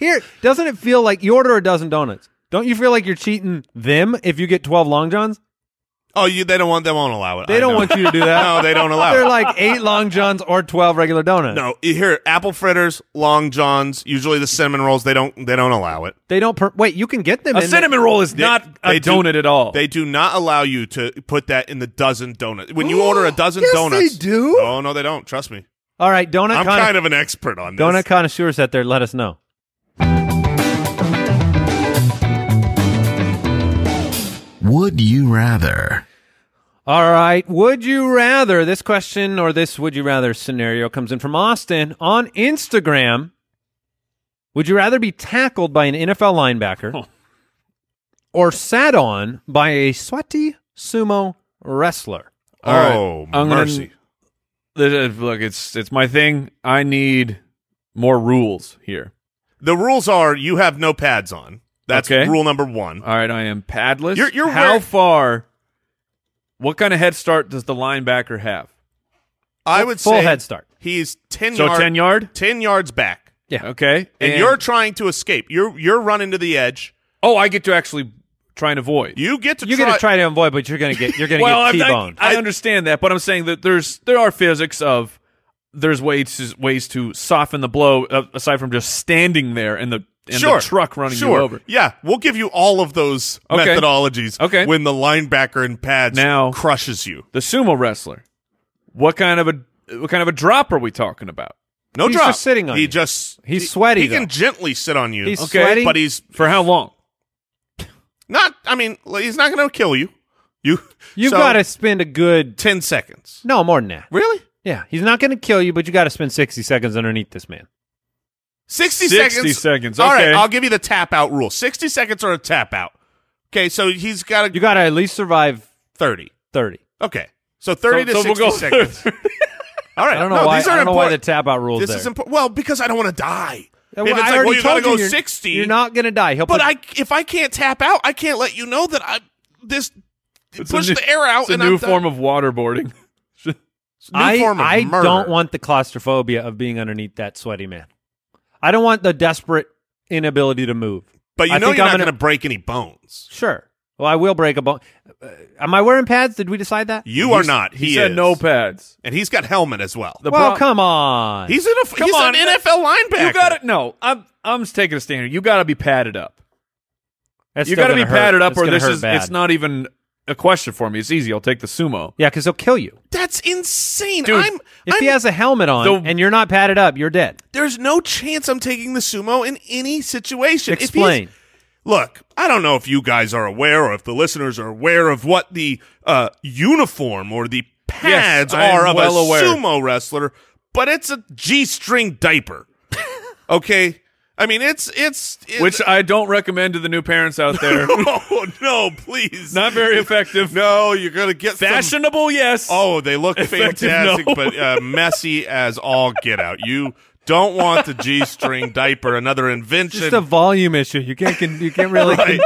Speaker 3: Here, doesn't it feel like you order a dozen donuts? Don't you feel like you're cheating them if you get twelve long johns?
Speaker 1: oh, you, they don't want. They won't allow it.
Speaker 3: They
Speaker 1: I
Speaker 3: don't
Speaker 1: know. *laughs*
Speaker 3: want you to do that.
Speaker 1: No, they don't allow
Speaker 3: They're
Speaker 1: it.
Speaker 3: like eight long johns or twelve regular donuts.
Speaker 1: no, you hear apple fritters, long johns, usually the cinnamon rolls. They don't. They don't allow it.
Speaker 3: they don't. Per- Wait, you can get them.
Speaker 4: a
Speaker 3: in
Speaker 4: cinnamon roll is not a
Speaker 1: they do-
Speaker 4: donut at all.
Speaker 1: They do not allow you to put that in the dozen donut. When you order a dozen
Speaker 3: Yes, they
Speaker 1: donuts,
Speaker 3: do.
Speaker 1: Oh no, they don't. Trust me.
Speaker 3: The- All right, donut.
Speaker 1: I'm
Speaker 3: connoisseur-
Speaker 1: kind of an expert on this.
Speaker 3: donut connoisseurs out there, let us know.
Speaker 2: Would you rather?
Speaker 3: All right. Would you rather? This question or this would you rather scenario comes in from Austin on Instagram. Would you rather be tackled by an NFL linebacker
Speaker 4: Huh.
Speaker 3: or sat on by a sweaty sumo wrestler?
Speaker 4: All right.
Speaker 1: Oh
Speaker 4: I'm gonna-
Speaker 1: mercy.
Speaker 4: This is- Look, it's it's my thing. I need more rules here.
Speaker 1: The rules are you have no pads on. That's
Speaker 4: Okay.
Speaker 1: rule number one.
Speaker 4: All right, I am padless.
Speaker 1: You're- you're
Speaker 4: how
Speaker 1: wearing-
Speaker 4: far? What kind of head start does the linebacker have?
Speaker 1: I would
Speaker 3: Full
Speaker 1: say
Speaker 3: head start.
Speaker 1: He's ten.
Speaker 4: So
Speaker 1: yard-
Speaker 4: ten yard.
Speaker 1: 10 yards back
Speaker 3: Yeah.
Speaker 4: Okay,
Speaker 1: and, you're trying to escape you're you're running to the edge
Speaker 4: oh, I get to actually try and avoid.
Speaker 1: you get to
Speaker 3: You're
Speaker 1: try,
Speaker 3: gonna try to avoid, but you're gonna get
Speaker 1: *laughs*
Speaker 3: you're gonna
Speaker 4: well,
Speaker 3: get
Speaker 4: I-
Speaker 3: T-boned.
Speaker 4: I, I understand that, but I'm saying that there's there are physics of there's ways to, ways to soften the blow uh, aside from just standing there and the and
Speaker 1: sure
Speaker 4: the truck running
Speaker 1: sure.
Speaker 4: you over.
Speaker 1: yeah we'll give you all of those
Speaker 4: Okay.
Speaker 1: methodologies
Speaker 4: Okay.
Speaker 1: when the linebacker in pads
Speaker 4: Now-
Speaker 1: crushes you
Speaker 4: The sumo wrestler. What kind of a what kind of a drop are we talking about?
Speaker 1: no
Speaker 3: He's
Speaker 1: drop
Speaker 3: just sitting on
Speaker 1: he
Speaker 3: you.
Speaker 1: just
Speaker 3: He's
Speaker 1: he-
Speaker 3: sweaty,
Speaker 1: he
Speaker 3: though.
Speaker 1: can gently sit on you
Speaker 3: He's
Speaker 4: Okay,
Speaker 3: sweaty.
Speaker 1: but he's
Speaker 4: For how long?
Speaker 1: not i mean like, he's not gonna kill you you
Speaker 3: You've
Speaker 1: so,
Speaker 3: got to spend a good
Speaker 1: 10 seconds
Speaker 3: no more than that.
Speaker 1: really
Speaker 3: Yeah, he's not gonna kill you, but you got to spend sixty seconds underneath this man.
Speaker 1: 60,
Speaker 4: 60
Speaker 1: seconds.
Speaker 4: seconds,
Speaker 1: All right,
Speaker 4: okay.
Speaker 1: I'll give you the tap out rule. 60 seconds or a tap out. Okay, so he's got a
Speaker 3: You got to at least survive
Speaker 1: 30.
Speaker 3: thirty.
Speaker 1: Okay. So 30
Speaker 4: So-
Speaker 1: to
Speaker 4: so we'll
Speaker 1: 60
Speaker 4: go
Speaker 1: seconds. All right.
Speaker 3: I don't know
Speaker 1: no,
Speaker 3: why.
Speaker 1: These
Speaker 3: I
Speaker 1: are
Speaker 3: don't know why the
Speaker 1: important.
Speaker 3: tap out rules
Speaker 1: this
Speaker 3: there.
Speaker 1: is important. Well, because I don't want to die.
Speaker 3: Yeah,
Speaker 1: if
Speaker 3: well,
Speaker 1: it's
Speaker 3: I
Speaker 1: like, well,
Speaker 3: already
Speaker 1: you gotta
Speaker 3: told
Speaker 1: go
Speaker 3: you're-
Speaker 1: 60.
Speaker 3: You're not gonna die. He'll
Speaker 1: But
Speaker 3: put,
Speaker 1: I, if I can't tap out, I can't let you know that I this
Speaker 4: *laughs* It's a
Speaker 1: push
Speaker 4: new-
Speaker 1: the air out.
Speaker 4: It's a
Speaker 1: and
Speaker 4: new
Speaker 1: I'm done.
Speaker 4: form of
Speaker 1: *laughs*
Speaker 4: waterboarding.
Speaker 1: It's a new
Speaker 3: I,
Speaker 1: form of
Speaker 3: I
Speaker 1: murder.
Speaker 3: don't want the claustrophobia of being underneath that sweaty man. I don't want the desperate inability to move.
Speaker 1: But you
Speaker 3: I
Speaker 1: know
Speaker 3: think
Speaker 1: you're
Speaker 3: I'm
Speaker 1: not
Speaker 3: gonna-
Speaker 1: going to break any bones.
Speaker 3: Sure. Well, I will break a bone. Uh, am I wearing pads? Did we decide that?
Speaker 1: You
Speaker 4: He's-
Speaker 1: are not.
Speaker 4: He,
Speaker 1: He,
Speaker 4: said
Speaker 1: is.
Speaker 4: no pads.
Speaker 1: and he's got helmet as well.
Speaker 4: The
Speaker 3: well,
Speaker 4: prob-
Speaker 3: come on.
Speaker 1: he's in a,
Speaker 4: Come
Speaker 1: he's
Speaker 4: on,
Speaker 1: an
Speaker 4: that-
Speaker 1: NFL linebacker.
Speaker 4: You got it. No, uh, I'm I'm just taking a standard. You got to be padded up.
Speaker 3: That's
Speaker 4: you
Speaker 3: still
Speaker 4: got to be
Speaker 3: gonna hurt.
Speaker 4: padded up,
Speaker 3: That's
Speaker 4: or
Speaker 3: gonna
Speaker 4: this
Speaker 3: hurt
Speaker 4: is
Speaker 3: bad.
Speaker 4: it's not even a question for me. It's easy. I'll take the sumo.
Speaker 3: Yeah, because he'll kill you
Speaker 1: That's insane.
Speaker 4: Dude,
Speaker 1: I'm,
Speaker 3: if
Speaker 1: I'm
Speaker 3: he has a helmet on
Speaker 4: The-
Speaker 3: and you're not padded up. You're dead.
Speaker 1: there's no chance I'm taking the sumo in any situation. If he's-
Speaker 3: Explain.
Speaker 1: Look, I don't know if you guys are aware or if the listeners are aware of what the uh, uniform or the pads
Speaker 4: I am
Speaker 1: are of
Speaker 4: well
Speaker 1: a
Speaker 4: aware.
Speaker 1: sumo wrestler, but it's a G-string
Speaker 3: *laughs*
Speaker 1: diaper. okay? I mean, it's it's, it's
Speaker 4: Which I don't recommend to the new parents out there.
Speaker 1: *laughs* Oh no, please.
Speaker 4: *laughs* Not very effective.
Speaker 1: No, you're going to get some-
Speaker 4: Fashionable, yes.
Speaker 1: Oh, they look
Speaker 4: Effective,
Speaker 1: fantastic,
Speaker 4: no.
Speaker 1: but uh, messy as all get out. You don't want the G-string diaper, another invention.
Speaker 3: It's just a volume issue. You
Speaker 4: *laughs*
Speaker 3: can't. Can, you can't really.
Speaker 1: Right.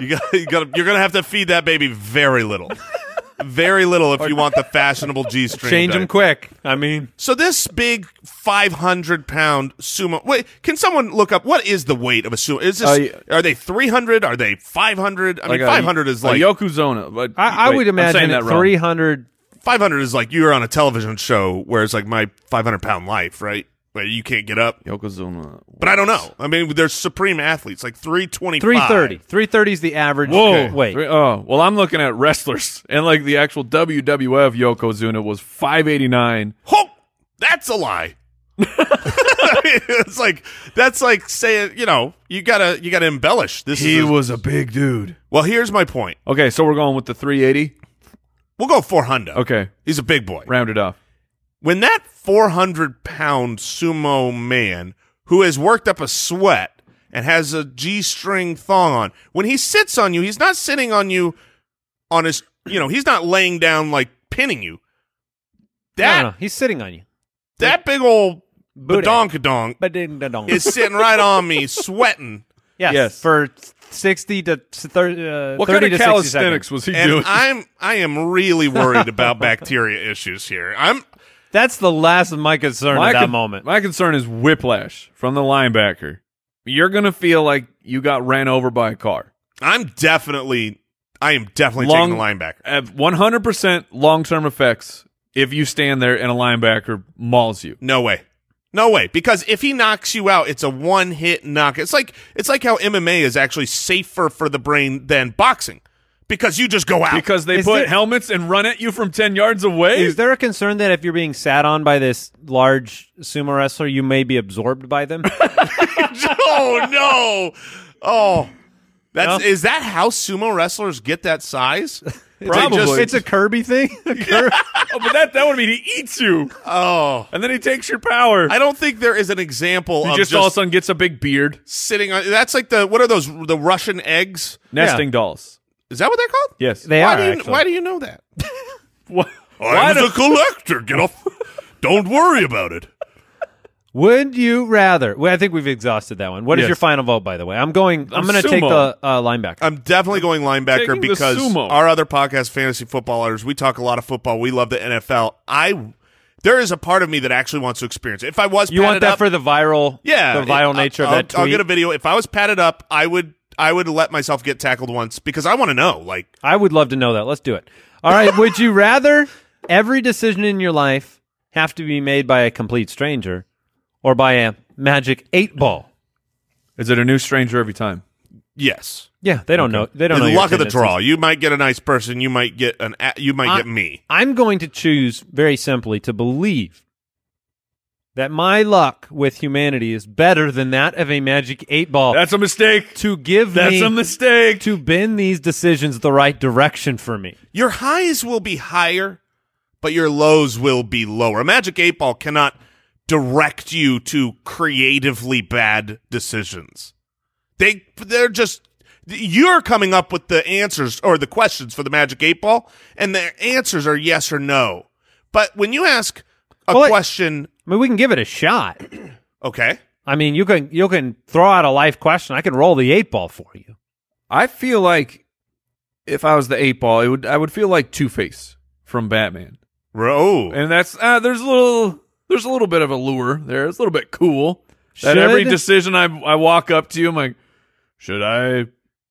Speaker 1: you got, you got, you're gonna have to feed that baby very little. very little if you want the fashionable G string.
Speaker 3: Change them quick. I mean,
Speaker 1: So this big 500 pound sumo. Wait, can someone look up what is the weight of a sumo? Is this
Speaker 4: Uh, yeah.
Speaker 1: are they 300? Are they 500? I mean, 500 is like
Speaker 4: a Oh, yokozuna. But
Speaker 3: I, I
Speaker 4: wait,
Speaker 3: would
Speaker 4: I'm saying
Speaker 3: imagine
Speaker 4: that
Speaker 3: at
Speaker 4: wrong.
Speaker 3: 300.
Speaker 1: 500 is like you're on a television show where it's like my 500 pound life, right? Where you can't get up.
Speaker 4: yokozuna.
Speaker 1: But I don't know. I mean, they're supreme athletes, like 325.
Speaker 3: 330. 330 is the average
Speaker 4: Whoa!
Speaker 3: weight.
Speaker 4: Three- oh, well, I'm looking at wrestlers, and like the actual WWF yokozuna was 589.
Speaker 1: Ho! That's a lie. *laughs* it's like that's like saying you know you gotta you gotta embellish this is a-
Speaker 4: was a big dude.
Speaker 1: well here's my point
Speaker 4: Okay, so we're going with the 380.
Speaker 1: we'll go 400
Speaker 4: Okay,
Speaker 1: he's a big boy
Speaker 4: round it off.
Speaker 1: when that 400 pound sumo man who has worked up a sweat and has a G string thong on, when he sits on you, he's not sitting on you on his, you know, he's not laying down like pinning you. That,
Speaker 3: No, no, he's sitting on you.
Speaker 1: that big old
Speaker 3: Booty.
Speaker 1: badonkadonk
Speaker 3: But ding, ding, dong.
Speaker 1: is sitting right on
Speaker 4: *laughs*
Speaker 1: me, sweating.
Speaker 3: yes,
Speaker 4: yes.
Speaker 3: for 60 to thir- uh,
Speaker 4: What
Speaker 3: 30
Speaker 4: kind
Speaker 3: to 60 seconds.
Speaker 4: of calisthenics was he
Speaker 1: And
Speaker 4: doing?
Speaker 1: I'm, I am really worried about bacteria issues here. I'm,
Speaker 3: That's the last of my concern at that
Speaker 4: con-
Speaker 3: moment.
Speaker 4: my concern is whiplash from the linebacker. You're gonna feel like you got ran over by a car.
Speaker 1: I'm definitely, I am definitely
Speaker 4: Long-
Speaker 1: taking the linebacker.
Speaker 4: At 100% long-term effects if you stand there and a linebacker mauls you.
Speaker 1: No way. No way. Because if he knocks you out, it's a one hit knock. It's like it's like how MMA is actually safer for the brain than boxing. Because you just go out.
Speaker 4: Because they
Speaker 3: Is
Speaker 4: put
Speaker 3: there-
Speaker 4: helmets and run at you from 10 yards away.
Speaker 3: Is there a concern that if you're being sat on by this large sumo wrestler, you may be absorbed by them?
Speaker 1: *laughs* oh no. Oh. That's is that how sumo wrestlers get that size?
Speaker 4: *laughs* Probably.
Speaker 1: just-
Speaker 3: it's a Kirby thing. *laughs* A Kirby-
Speaker 4: oh, but that, that would mean he eats you
Speaker 1: Oh.
Speaker 4: and then he takes your power.
Speaker 1: I don't think there is an example
Speaker 4: he
Speaker 1: of
Speaker 4: just,
Speaker 1: just,
Speaker 4: all of a sudden gets a big beard.
Speaker 1: sitting on that's like the what are those the Russian eggs?
Speaker 4: Nesting dolls.
Speaker 1: Is that what they're called?
Speaker 4: Yes.
Speaker 3: They
Speaker 1: why
Speaker 3: are,
Speaker 1: do you
Speaker 3: actually.
Speaker 1: why do you know
Speaker 3: *laughs*
Speaker 1: that?
Speaker 4: Wha-
Speaker 1: I'm the collector. Get off don't worry about it.
Speaker 3: Would you rather? Well, I think we've exhausted that one. What is
Speaker 4: Yes.
Speaker 3: your final vote, by the way? I'm going. I'm
Speaker 4: I'm
Speaker 3: going to take
Speaker 4: sumo.
Speaker 3: the uh, linebacker.
Speaker 1: I'm definitely going linebacker
Speaker 4: Taking the
Speaker 1: because
Speaker 4: sumo.
Speaker 1: our other podcast, Fantasy Footballers, we talk a lot of football. We love the NFL. I there is a part of me that actually wants to experience it. If I was
Speaker 3: you want
Speaker 1: padded
Speaker 3: that
Speaker 1: up-
Speaker 3: for the viral?
Speaker 1: yeah,
Speaker 3: the viral nature
Speaker 1: I'll,
Speaker 3: of that tweet.
Speaker 1: I'll, I'll get a video. If I was padded up, I would I would let myself get tackled once because I want to know. Like
Speaker 3: I would love to know that. Let's do it. All right. would you rather every decision in your life have to be made by a complete stranger, or by a magic eight ball?
Speaker 4: Is it a new stranger every time?
Speaker 1: yes,
Speaker 3: Yeah, they don't know. They don't
Speaker 1: the
Speaker 3: know. your
Speaker 1: luck of the
Speaker 3: tendencies.
Speaker 1: draw. You might get a nice person. You might get an. a- You might
Speaker 3: I-
Speaker 1: get me.
Speaker 3: I'm going to choose very simply to believe that my luck with humanity is better than that of a magic eight ball.
Speaker 4: That's a mistake.
Speaker 3: Oh. to give
Speaker 4: That's
Speaker 3: me
Speaker 4: a mistake.
Speaker 3: to bend these decisions the right direction for me.
Speaker 1: Your highs will be higher, but your lows will be lower. A magic eight ball cannot direct you to creatively bad decisions. They they're just you're coming up with the answers or the questions for the magic eight ball, and the answers are yes or no. But when you ask a
Speaker 3: Well, I-
Speaker 1: question,
Speaker 3: I mean, we can give it a shot.
Speaker 1: okay,
Speaker 3: I mean, you can you can throw out a life question. I can roll the eight ball for you.
Speaker 4: I feel like if I was the eight ball, it would I would feel like Two Face from Batman,
Speaker 1: Ro- oh,
Speaker 4: and that's uh, there's a little there's a little bit of a lure there. It's a little bit cool that
Speaker 3: Should-
Speaker 4: every decision I I walk up to you, I'm like, should I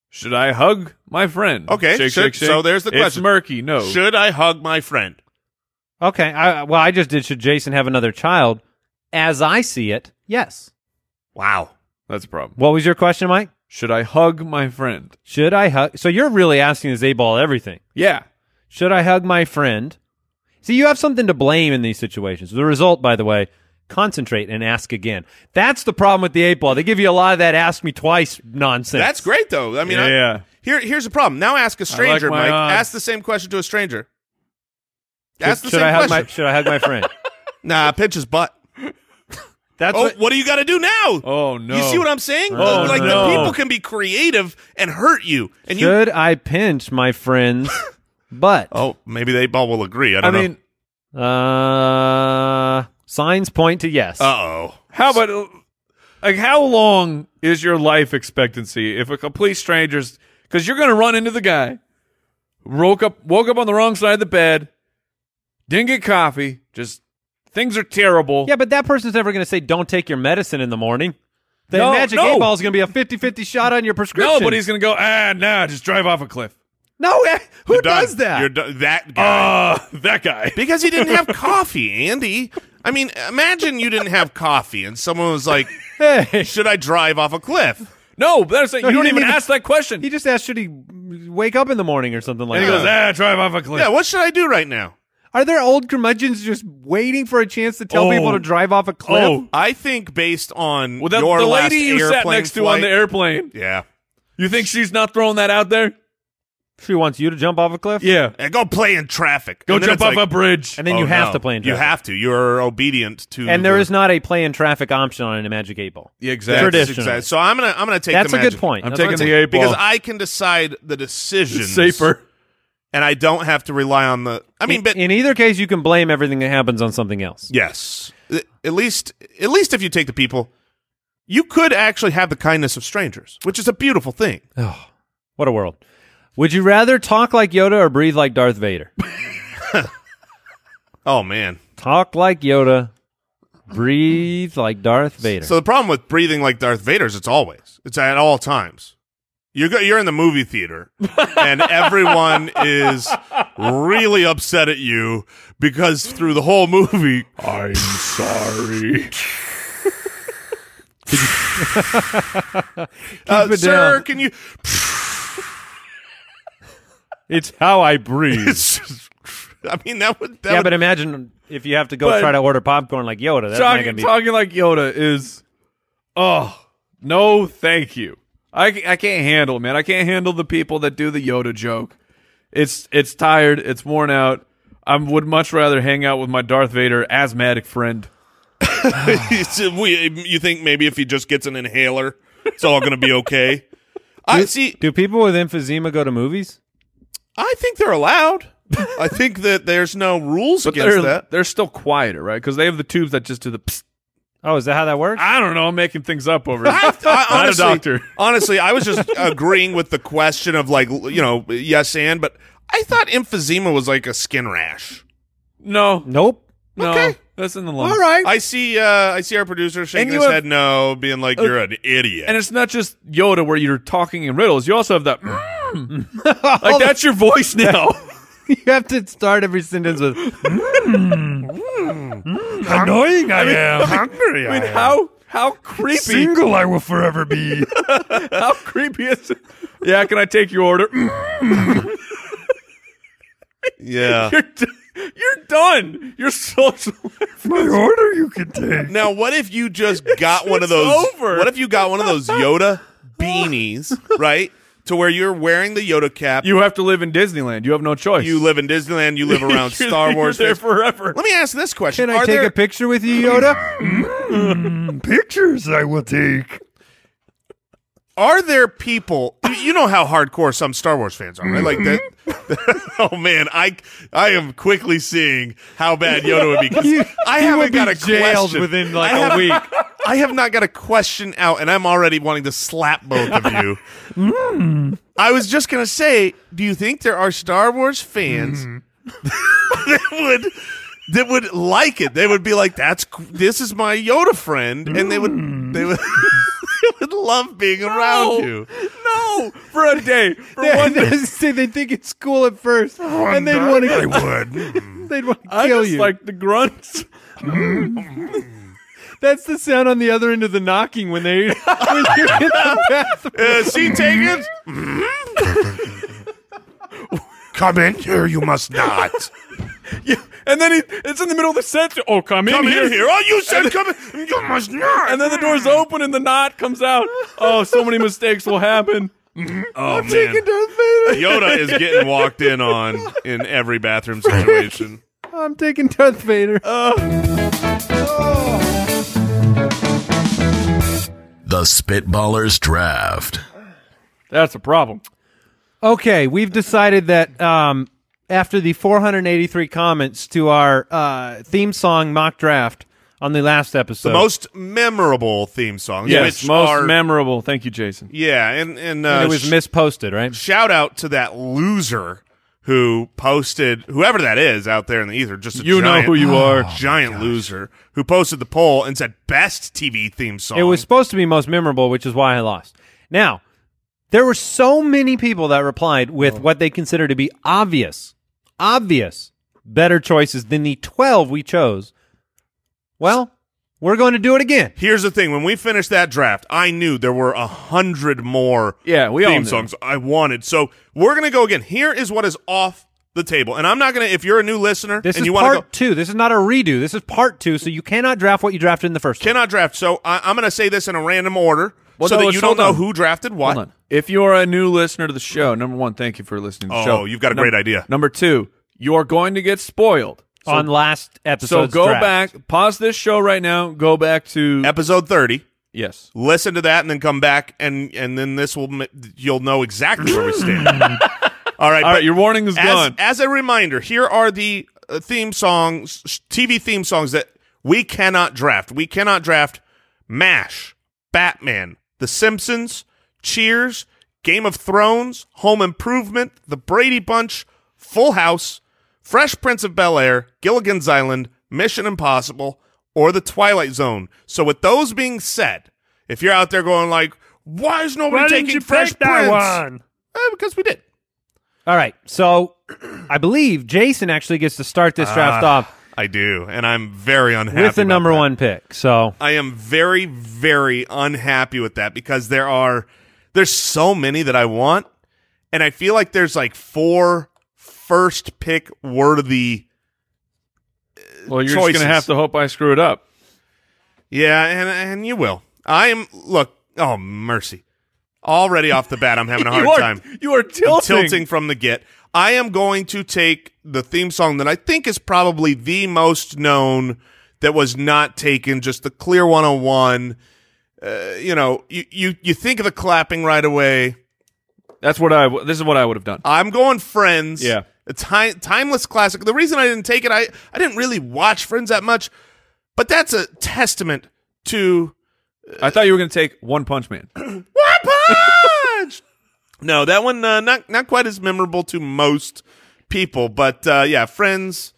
Speaker 4: should I hug my friend?
Speaker 1: Okay, should-
Speaker 4: shake, shake, shake.
Speaker 1: so there's the
Speaker 4: It's
Speaker 1: question.
Speaker 4: murky. No,
Speaker 1: should I hug my friend?
Speaker 3: Okay. I, well, I just did. Should Jason have another child? As I see it, yes.
Speaker 1: Wow,
Speaker 4: that's a problem.
Speaker 3: What was your question, Mike?
Speaker 4: Should I hug my friend?
Speaker 3: Should I hug? So you're really asking this eight ball everything.
Speaker 4: Yeah,
Speaker 3: Should I hug my friend? See, you have something to blame in these situations. The result, by the way, concentrate and ask again. That's the problem with the eight ball. They give you a lot of that ask me twice nonsense.
Speaker 1: that's great though. I mean, I-
Speaker 4: yeah.
Speaker 1: Here, here's the problem. Now ask a stranger,
Speaker 4: my
Speaker 1: Mike.
Speaker 4: odds.
Speaker 1: Ask the same question to a stranger.
Speaker 3: Should-
Speaker 1: Ask the
Speaker 3: should
Speaker 1: same
Speaker 3: I hug my
Speaker 1: question.
Speaker 3: should I hug
Speaker 1: *laughs*
Speaker 3: my friend?
Speaker 1: nah, pinch his butt.
Speaker 3: That's
Speaker 1: Oh,
Speaker 3: what,
Speaker 1: what, do you got to do now?
Speaker 4: Oh no!
Speaker 1: You see what I'm saying?
Speaker 4: Oh,
Speaker 1: like
Speaker 4: no.
Speaker 1: the people can be creative and hurt you, and you.
Speaker 3: should I pinch my friend's *laughs* butt?
Speaker 1: Oh, maybe they all will agree. I
Speaker 4: I
Speaker 1: don't
Speaker 4: mean,
Speaker 1: know.
Speaker 3: Uh, signs point to yes.
Speaker 1: Uh oh.
Speaker 4: How about like how long is your life expectancy if a complete stranger's because you're gonna run into the guy woke up woke up on the wrong side of the bed, didn't get coffee, just things are terrible.
Speaker 3: Yeah, but that person's never going to say, don't take your medicine in the morning. The
Speaker 4: No,
Speaker 3: magic
Speaker 4: no.
Speaker 3: eight ball is going to be a 50 50 shot on your prescription.
Speaker 4: no, but he's gonna go, ah nah, just drive off a cliff.
Speaker 3: No, eh, who
Speaker 1: You're done.
Speaker 3: does that?
Speaker 1: You're done. That guy.
Speaker 4: Uh that guy.
Speaker 1: because he didn't have coffee, Andy. I mean, imagine you didn't have coffee and someone was like,
Speaker 3: hey.
Speaker 1: should I drive off a cliff?
Speaker 4: No, but that's like,
Speaker 3: No,
Speaker 4: you
Speaker 3: he
Speaker 4: don't
Speaker 3: didn't
Speaker 4: even
Speaker 3: even-
Speaker 4: ask that question.
Speaker 3: He just asked, should he wake up in the morning or something like
Speaker 4: and he
Speaker 3: that?
Speaker 4: goes, ah, drive off a cliff.
Speaker 1: Yeah, what should I do right now?
Speaker 3: Are there old curmudgeons just waiting for a chance to tell
Speaker 4: Oh.
Speaker 3: people to drive off a cliff?
Speaker 4: Oh.
Speaker 1: I think based on
Speaker 4: Well, that,
Speaker 1: your
Speaker 4: the
Speaker 1: last
Speaker 4: lady you sat
Speaker 1: airplane
Speaker 4: next to
Speaker 1: flight-
Speaker 4: on the airplane,
Speaker 1: Yeah.
Speaker 4: you think she's not throwing that out there?
Speaker 3: She wants you to jump off a cliff?
Speaker 4: Yeah.
Speaker 1: And go play in traffic.
Speaker 4: Go
Speaker 1: And then
Speaker 4: jump
Speaker 1: it's
Speaker 4: off
Speaker 1: like,
Speaker 4: a bridge.
Speaker 3: And then
Speaker 1: oh,
Speaker 3: you have
Speaker 1: no.
Speaker 3: to play in
Speaker 1: You
Speaker 3: traffic.
Speaker 1: have to. You're obedient to.
Speaker 3: And there
Speaker 1: the-
Speaker 3: is not a play in traffic option on a Magic 8 Ball.
Speaker 4: yeah,
Speaker 1: That's
Speaker 4: exactly.
Speaker 3: Tradition. traditionally.
Speaker 1: exact- So I'm gonna I'm gonna take.
Speaker 3: That's
Speaker 1: the
Speaker 3: a good
Speaker 1: magic.
Speaker 3: point.
Speaker 4: I'm
Speaker 3: That's what
Speaker 4: taking the
Speaker 3: saying.
Speaker 4: eight ball.
Speaker 1: because I can decide the decisions
Speaker 4: safer.
Speaker 1: and I don't have to rely on the. I mean, but
Speaker 3: in either case, you can blame everything that happens on something else.
Speaker 1: yes, Uh, at least at least if you take the people, you could actually have the kindness of strangers, which is a beautiful thing.
Speaker 3: What a world. Would you rather talk like Yoda or breathe like Darth
Speaker 4: *laughs*
Speaker 3: Vader?
Speaker 1: Oh man!
Speaker 3: talk like Yoda, breathe like Darth Vader.
Speaker 1: So the problem with breathing like Darth Vader is it's always it's at all times. You're go, you're in the movie theater, and everyone is really upset at you because through the whole movie, *laughs*
Speaker 4: I'm sorry.
Speaker 1: uh,
Speaker 3: it
Speaker 1: sir,
Speaker 3: down.
Speaker 1: can you? *laughs*
Speaker 3: it's how I breathe.
Speaker 1: It's just- I mean, that would that
Speaker 3: yeah,
Speaker 1: would
Speaker 3: but imagine if you have to go
Speaker 4: But-
Speaker 3: try to order popcorn like Yoda. That's not
Speaker 4: *laughs* talking,
Speaker 3: going to be.
Speaker 4: talking like Yoda is, oh no, thank you. I, ca- I can't handle it, man. I can't handle the people that do the Yoda joke. It's it's tired. It's worn out. I would much rather hang out with my Darth Vader asthmatic friend.
Speaker 1: It's- *laughs* we- you think maybe if he just gets an inhaler, it's all going to be okay? I see.
Speaker 3: Do people with emphysema go to movies?
Speaker 1: I think they're allowed. I think that there's no rules
Speaker 4: But
Speaker 1: against
Speaker 4: they're
Speaker 1: that.
Speaker 4: they're still quieter, right? Because they have the tubes that just do the. Psst.
Speaker 3: Oh, is that how that works?
Speaker 4: I don't know. I'm making things up over. here.
Speaker 1: I, I,
Speaker 4: Not a
Speaker 1: honestly,
Speaker 4: doctor.
Speaker 1: *laughs* honestly, I was
Speaker 4: *laughs*
Speaker 1: just agreeing with the question of like l- you know yes and, but I thought emphysema was like a skin rash.
Speaker 4: No,
Speaker 3: nope.
Speaker 4: no,
Speaker 1: Okay.
Speaker 4: that's in the lungs.
Speaker 1: I see. Uh, I see our producer shaking
Speaker 4: And you
Speaker 1: his
Speaker 4: have-
Speaker 1: head no, being like you're an idiot.
Speaker 4: And it's not just Yoda where you're talking in riddles. You also have that. mm. like that's your voice *laughs* now.
Speaker 3: you have to start every sentence with.
Speaker 4: Annoying I am.
Speaker 1: hungry.
Speaker 4: I mean, how how creepy? Single, I will forever be. *laughs* how creepy is it? Yeah, can I take your order?
Speaker 1: *laughs*
Speaker 4: *laughs* *laughs*
Speaker 1: Yeah.
Speaker 4: you're, d- you're done. You're social. My order, you can take.
Speaker 1: Now, what if you
Speaker 4: *laughs*
Speaker 1: just got one of
Speaker 4: it's
Speaker 1: those?
Speaker 4: over.
Speaker 1: What if you got one of those
Speaker 4: *laughs*
Speaker 1: Yoda beanies, right? To where you're wearing the Yoda cap.
Speaker 4: You have to live in Disneyland. You have no choice.
Speaker 1: You live in Disneyland. You live around
Speaker 4: *laughs* You're-
Speaker 1: Star Wars.
Speaker 4: You're there
Speaker 1: fans.
Speaker 4: *laughs* forever.
Speaker 1: Let me ask this question:
Speaker 3: Can I
Speaker 1: Are
Speaker 3: take
Speaker 1: there
Speaker 3: a picture with you, Yoda?
Speaker 5: pictures I will take.
Speaker 1: are there people? you- You know how hardcore some Star Wars fans are, right? Like that. *laughs* oh man, I I am quickly seeing how bad Yoda would be. 'cause I haven't got a
Speaker 3: jailed
Speaker 1: question
Speaker 3: within, like,
Speaker 1: I
Speaker 3: a
Speaker 1: have-
Speaker 3: week.
Speaker 1: *laughs* I have not got a question out, and I'm already wanting to slap both of
Speaker 3: *laughs*
Speaker 1: you.
Speaker 3: Mm.
Speaker 1: I was just gonna say, do you think there are Star Wars fans
Speaker 3: Mm.
Speaker 1: *laughs* that would that would like it? They would be like, "That's c- this is my Yoda friend," and they would they would *laughs* they would love being around you.
Speaker 4: *laughs* No, for a day. For
Speaker 3: Yeah,
Speaker 4: one day.
Speaker 3: *laughs* they say they think it's cool at first, and they'd want
Speaker 5: I
Speaker 3: to
Speaker 5: would.
Speaker 3: they'd want to
Speaker 4: Mm. I
Speaker 3: kill
Speaker 4: just
Speaker 3: you.
Speaker 4: like the grunts.
Speaker 3: *laughs* That's the sound on the other end of the knocking when they *laughs* when you're in the bathroom.
Speaker 1: Uh, see, take it.
Speaker 5: *laughs* Come in here, you must not.
Speaker 4: Yeah. And then he, it's in the middle of the set. Oh, come,
Speaker 1: Come
Speaker 4: in
Speaker 1: in here. Oh, you said come. in.
Speaker 5: You must not.
Speaker 4: And then the door's open and the knot comes out. Oh, so many mistakes will happen.
Speaker 1: Oh man, Yoda is getting walked in on in every
Speaker 5: *laughs*
Speaker 1: bathroom situation.
Speaker 3: I'm taking Darth Vader.
Speaker 2: The Spitballers Draft.
Speaker 4: *laughs* That's a problem.
Speaker 3: Okay, we've decided that um, after the 483 comments to our uh, theme song mock draft on the last episode,
Speaker 1: Most memorable theme songs.
Speaker 4: Yes,
Speaker 1: which
Speaker 4: most
Speaker 1: are,
Speaker 4: memorable. Thank you, Jason.
Speaker 1: Yeah, and and, uh,
Speaker 3: and it was
Speaker 1: sh-
Speaker 3: misposted, right?
Speaker 1: shout out to that loser who posted whoever that is out there in the ether, just a
Speaker 4: You know
Speaker 5: *gasps*
Speaker 1: giant-
Speaker 4: who
Speaker 5: Oh
Speaker 4: you are.
Speaker 1: giant loser, who posted the poll and said best TV theme song.
Speaker 3: It was supposed to be most memorable, which is why I lost. Now, there were so many people that replied
Speaker 1: Oh.
Speaker 3: with what they consider to be obvious, obvious better choices than the 12 we chose. Well, we're going to do it again.
Speaker 1: Here's the thing: when we finished that draft, I knew there were a hundred more
Speaker 4: Yeah, we all
Speaker 1: theme
Speaker 4: knew.
Speaker 1: songs I wanted. So we're gonna go again. Here is what is off the table, and I'm not gonna. If you're a new listener
Speaker 3: This
Speaker 1: and
Speaker 3: is
Speaker 1: you want to
Speaker 3: part
Speaker 1: go,
Speaker 3: two. This is not a redo. This is part two, so you cannot draft what you drafted in the first
Speaker 1: cannot draft. So I, I'm gonna say this in a random order,
Speaker 4: Well,
Speaker 1: so
Speaker 4: no,
Speaker 1: that
Speaker 4: it's-
Speaker 1: you don't
Speaker 4: hold
Speaker 1: know
Speaker 4: on.
Speaker 1: who drafted what.
Speaker 4: Hold on. If you are a new listener to the show, number one, thank you for listening to the
Speaker 1: Oh,
Speaker 4: show.
Speaker 1: you've got a great idea.
Speaker 4: Number two, you are going to get spoiled. So,
Speaker 3: on last
Speaker 4: so
Speaker 3: episode.
Speaker 4: go back, pause this show right now, go back to
Speaker 1: Episode 30.
Speaker 4: yes.
Speaker 1: Listen to that, and then come back, and and then this will m- you'll know exactly where we
Speaker 4: *laughs*
Speaker 1: stand. All right,
Speaker 4: All
Speaker 1: but
Speaker 4: right, your warning is
Speaker 1: as,
Speaker 4: gone.
Speaker 1: as a reminder, here are the uh, theme songs, s- TV theme songs that we cannot draft. We cannot draft MASH, Batman, The Simpsons, Cheers, Game of Thrones, Home Improvement, The Brady Bunch, Full House, Fresh Prince of Bel Air, Gilligan's Island, Mission Impossible, or The Twilight Zone. So, with those being said, if you're out there going like, "Why is nobody
Speaker 5: Why
Speaker 1: taking
Speaker 5: didn't you
Speaker 1: Fresh
Speaker 5: pick that
Speaker 1: Prince?"
Speaker 5: one?
Speaker 1: Eh, because we did.
Speaker 3: All right. So I believe Jason actually gets to start this draft off
Speaker 1: I do, and I'm very unhappy
Speaker 3: with the
Speaker 1: Ah, about
Speaker 3: number
Speaker 1: that.
Speaker 3: one pick. So
Speaker 1: I am very, very unhappy with that because there are there's so many that I want, and I feel like there's like four first pick worthy.
Speaker 4: Well, you're just
Speaker 1: choices.
Speaker 4: gonna have to hope I screw it up.
Speaker 1: Yeah, and and you will. I am look. Oh mercy! Already off the bat, I'm
Speaker 4: *laughs*
Speaker 1: having a
Speaker 3: *laughs*
Speaker 1: hard
Speaker 4: you are,
Speaker 1: time.
Speaker 4: You are
Speaker 1: I'm
Speaker 4: tilting.
Speaker 1: tilting from the get. I am going to take the theme song that I think is probably the most known that was not taken, just the clear 101. Uh, you know, you, you you think of the clapping right away.
Speaker 4: That's what I. w- This is what I would have done.
Speaker 1: I'm going Friends.
Speaker 4: Yeah.
Speaker 1: A ti- timeless classic. The reason I didn't take it, I, I didn't really watch Friends that much, but that's a testament to
Speaker 4: I thought you were gonna take One
Speaker 1: *clears throat*
Speaker 4: Punch Man.
Speaker 1: One Punch. no, that one uh, not not quite as memorable to most people, but uh, yeah, Friends.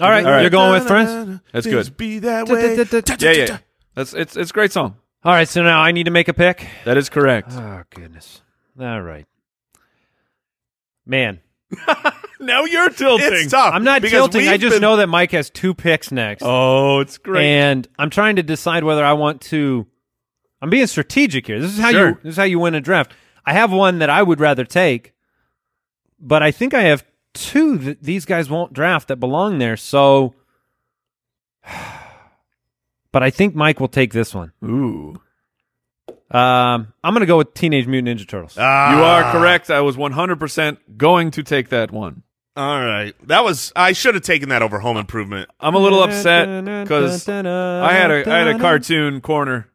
Speaker 3: all right,
Speaker 4: All right.
Speaker 3: you're going with friends.
Speaker 4: That's
Speaker 1: Things
Speaker 4: good.
Speaker 1: Be that
Speaker 3: Da,
Speaker 1: way.
Speaker 3: da, da, da.
Speaker 4: yeah, yeah. That's it's it's a great song.
Speaker 3: All right, so now I need to make a pick.
Speaker 4: That is correct.
Speaker 3: Oh goodness. All right. Man,
Speaker 4: now you're tilting.
Speaker 1: It's tough.
Speaker 3: I'm not
Speaker 1: because
Speaker 3: tilting. I
Speaker 1: we've
Speaker 3: just
Speaker 1: been-
Speaker 3: know that Mike has two picks next.
Speaker 4: Oh, it's great.
Speaker 3: And I'm trying to decide whether I want to I'm being strategic here. This is how you
Speaker 4: Sure.
Speaker 3: this is how you win a draft. I have one that I would rather take, but I think I have two that these guys won't draft that belong there, so *sighs* but I think Mike will take this one.
Speaker 4: Ooh.
Speaker 3: Um, I'm going to go with Teenage Mutant Ninja Turtles.
Speaker 1: Ah,
Speaker 4: you are correct. I was 100% going to take that one.
Speaker 1: all right. That was I should have taken that over Home Improvement.
Speaker 4: I'm a little upset because I had a I had a cartoon corner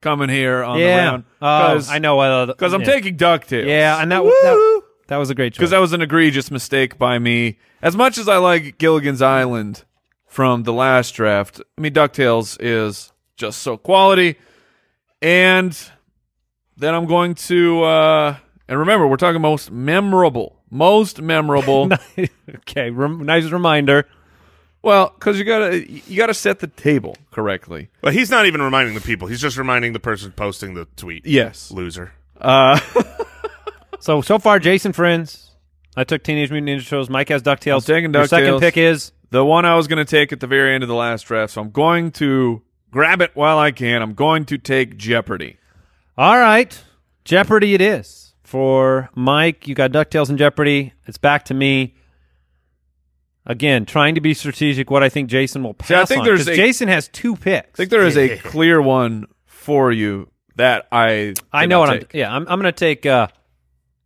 Speaker 4: coming here on the
Speaker 3: Yeah,
Speaker 4: round
Speaker 3: Oh, I know.
Speaker 4: because
Speaker 3: Because
Speaker 4: I'm taking Ducktales.
Speaker 3: Yeah, and that that, that was a great choice.
Speaker 4: because that was an egregious mistake by me. As much as I like Gilligan's Island from the last draft, I mean Ducktales is just so quality. And then I'm going to uh and remember we're talking most memorable,
Speaker 3: *laughs*
Speaker 4: most memorable. *laughs*
Speaker 3: okay, rem- nice reminder.
Speaker 4: Well, because you gotta you gotta set the table correctly.
Speaker 1: But he's not even reminding the people. He's just reminding the person posting the tweet.
Speaker 4: Yes.
Speaker 1: Loser.
Speaker 4: Uh,
Speaker 3: So so far, Jason friends. I took Teenage Mutant Ninja Turtles. Mike has Ducktales.
Speaker 4: I'm taking
Speaker 3: Your second
Speaker 4: DuckTales.
Speaker 3: pick is
Speaker 4: the one I was gonna take at the very end of the last draft, so I'm going to grab it while I can. I'm going to take Jeopardy.
Speaker 3: all right. Jeopardy it is for Mike. You got Ducktales and Jeopardy. It's back to me. Again, trying to be strategic. What I think Jason will pass
Speaker 4: See, I think
Speaker 3: on,
Speaker 4: there's
Speaker 3: 'cause
Speaker 4: a-
Speaker 3: Jason has two picks.
Speaker 4: I think there
Speaker 3: *laughs*
Speaker 4: is a clear one for you that I
Speaker 3: I
Speaker 4: did
Speaker 3: know
Speaker 4: not
Speaker 3: what
Speaker 4: take.
Speaker 3: I'm. Yeah, I'm. I'm gonna take. Uh,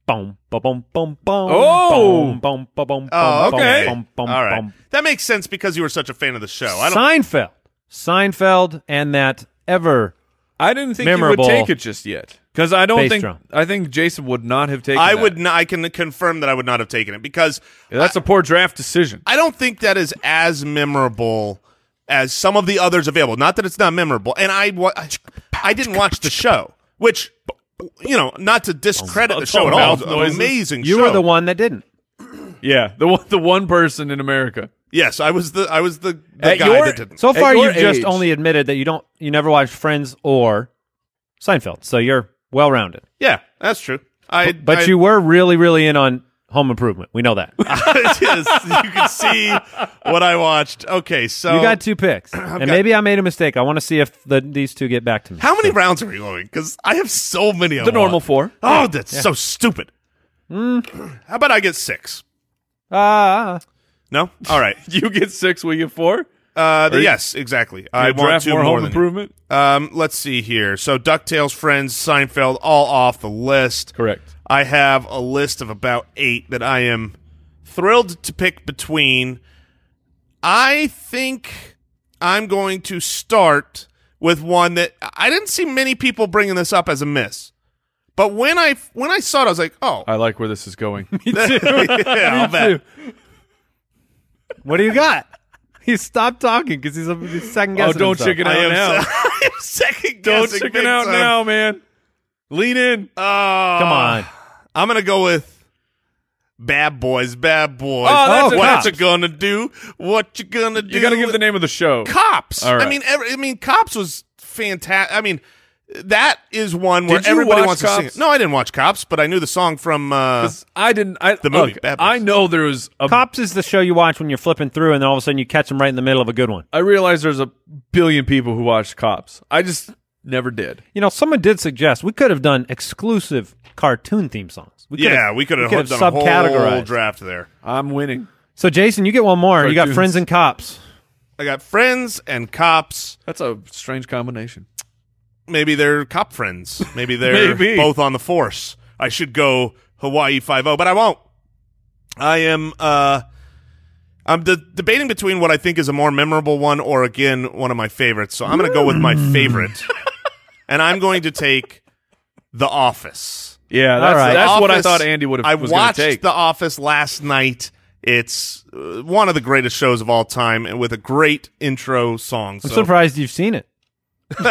Speaker 3: boom, boom, boom, boom, boom.
Speaker 4: Oh!
Speaker 3: boom, boom, boom, boom.
Speaker 1: Oh,
Speaker 3: boom,
Speaker 1: okay.
Speaker 3: Boom, boom,
Speaker 1: All right.
Speaker 3: boom.
Speaker 1: That makes sense because you were such a fan of the
Speaker 4: Oh,
Speaker 1: show. I don't
Speaker 3: Seinfeld, Seinfeld, and that ever.
Speaker 4: I didn't think
Speaker 3: Memorable.
Speaker 4: you would take it just yet because I don't
Speaker 3: Bass
Speaker 4: think
Speaker 3: drum.
Speaker 4: I think Jason would not have taken.
Speaker 1: I
Speaker 4: that.
Speaker 1: would not I can confirm that I would not have taken it because
Speaker 4: Yeah, That's a poor draft decision.
Speaker 1: I don't think that is as memorable as some of the others available. Not that it's not memorable, and I wa- I- I didn't watch the show, which you know, not to discredit the
Speaker 4: It's
Speaker 1: show
Speaker 4: all
Speaker 1: at all.
Speaker 4: mouth
Speaker 1: It's
Speaker 4: noises.
Speaker 1: An amazing
Speaker 3: You
Speaker 1: show.
Speaker 3: were the one that didn't.
Speaker 4: Yeah, the one, the one person in America.
Speaker 1: Yes, I was the I was the, the
Speaker 4: At
Speaker 1: guy
Speaker 4: your-
Speaker 1: that didn't.
Speaker 3: So
Speaker 4: At
Speaker 3: far,
Speaker 4: your
Speaker 3: you've just
Speaker 4: age-
Speaker 3: only admitted that you don't, you never watched Friends or Seinfeld. So you're well rounded.
Speaker 1: yeah, that's true. I
Speaker 3: But
Speaker 1: I-
Speaker 3: you were really, really in on Home Improvement. We know that. you
Speaker 1: *laughs* yes, you can see what I watched. Okay, so
Speaker 3: got two picks, and maybe I made a mistake. I want to see if the, these two get back to me.
Speaker 1: how many rounds are we going? Because I have so many.
Speaker 4: The normal four. Mm.
Speaker 1: Oh, that's so stupid. How about I get six?
Speaker 3: Ah,
Speaker 1: No. All
Speaker 4: *laughs*
Speaker 1: right.
Speaker 4: You get six, we get four.
Speaker 1: Uh, the- yes, exactly. I
Speaker 4: You
Speaker 1: want
Speaker 4: draft
Speaker 1: two
Speaker 4: more
Speaker 1: more, than
Speaker 4: home
Speaker 1: you.
Speaker 4: improvement.
Speaker 1: Um, let's see here. So Ducktales, Friends, Seinfeld, all off the list.
Speaker 4: Correct.
Speaker 1: I have a list of about eight that I am thrilled to pick between. I think I'm going to start with one that I didn't see many people bringing this up as a miss, but when I when I saw it, I was like, oh,
Speaker 4: *laughs* I like where this is going. *laughs*
Speaker 1: yeah, I'll bet.
Speaker 3: what do you got? *laughs* He stopped talking because he's, he's second
Speaker 4: oh,
Speaker 3: guessing.
Speaker 4: don't
Speaker 3: himself.
Speaker 4: chicken
Speaker 1: I
Speaker 4: out
Speaker 1: am, *laughs*
Speaker 4: now.
Speaker 1: I am second
Speaker 4: Don't
Speaker 1: guessing
Speaker 4: chicken
Speaker 1: big
Speaker 4: out
Speaker 1: time.
Speaker 4: now, man. Lean in.
Speaker 1: Uh,
Speaker 3: Come on.
Speaker 1: I'm gonna go with Bad Boys, Bad Boys.
Speaker 4: Oh, that's
Speaker 3: a
Speaker 1: what
Speaker 3: cops.
Speaker 1: you gonna do? What you gonna do?
Speaker 4: you got to give the name of the show.
Speaker 1: cops.
Speaker 4: All right.
Speaker 1: I mean, every, I mean, cops was fantastic. I mean, that is one where
Speaker 4: Did you
Speaker 1: everybody
Speaker 4: watch
Speaker 1: wants to sing.
Speaker 4: Cops?
Speaker 1: It. No, I didn't watch Cops, but I knew the song from. Uh,
Speaker 4: 'Cause I didn't. I,
Speaker 1: The movie,
Speaker 4: look,
Speaker 1: Bad Boys.
Speaker 4: I know there was a.
Speaker 3: Cops is the show you watch when you're flipping through, and then all of a sudden you catch them right in the middle of a good one.
Speaker 4: I realize there's a billion people who watched Cops. I just never did.
Speaker 3: You know, someone did suggest we could have done exclusive cartoon theme songs. We could
Speaker 1: yeah,
Speaker 3: have-
Speaker 1: we could have
Speaker 3: could have
Speaker 1: done a whole
Speaker 3: subcategorized.
Speaker 1: draft there.
Speaker 4: I'm winning.
Speaker 3: So, Jason, you get one more. You got
Speaker 4: Cartoons.
Speaker 3: friends and cops.
Speaker 1: I got friends and cops.
Speaker 4: That's a strange combination.
Speaker 1: Maybe they're cop friends. Maybe they're
Speaker 4: Maybe.
Speaker 1: both on the force. I should go Hawaii Five O, but I won't. I am. uh I'm de- debating between what I think is a more memorable one or again one of my favorites. So I'm going to go with my favorite, and I'm going to take The Office.
Speaker 4: Yeah,
Speaker 3: All
Speaker 4: that's,
Speaker 3: right.
Speaker 4: that's what I
Speaker 1: Office-
Speaker 4: thought Andy would have.
Speaker 1: I
Speaker 4: was gonna
Speaker 1: watched
Speaker 4: take.
Speaker 1: The Office last night. It's uh, one of the greatest shows of all time, and with a great intro song.
Speaker 3: I'm
Speaker 1: So
Speaker 3: surprised you've seen
Speaker 4: *laughs*
Speaker 3: it.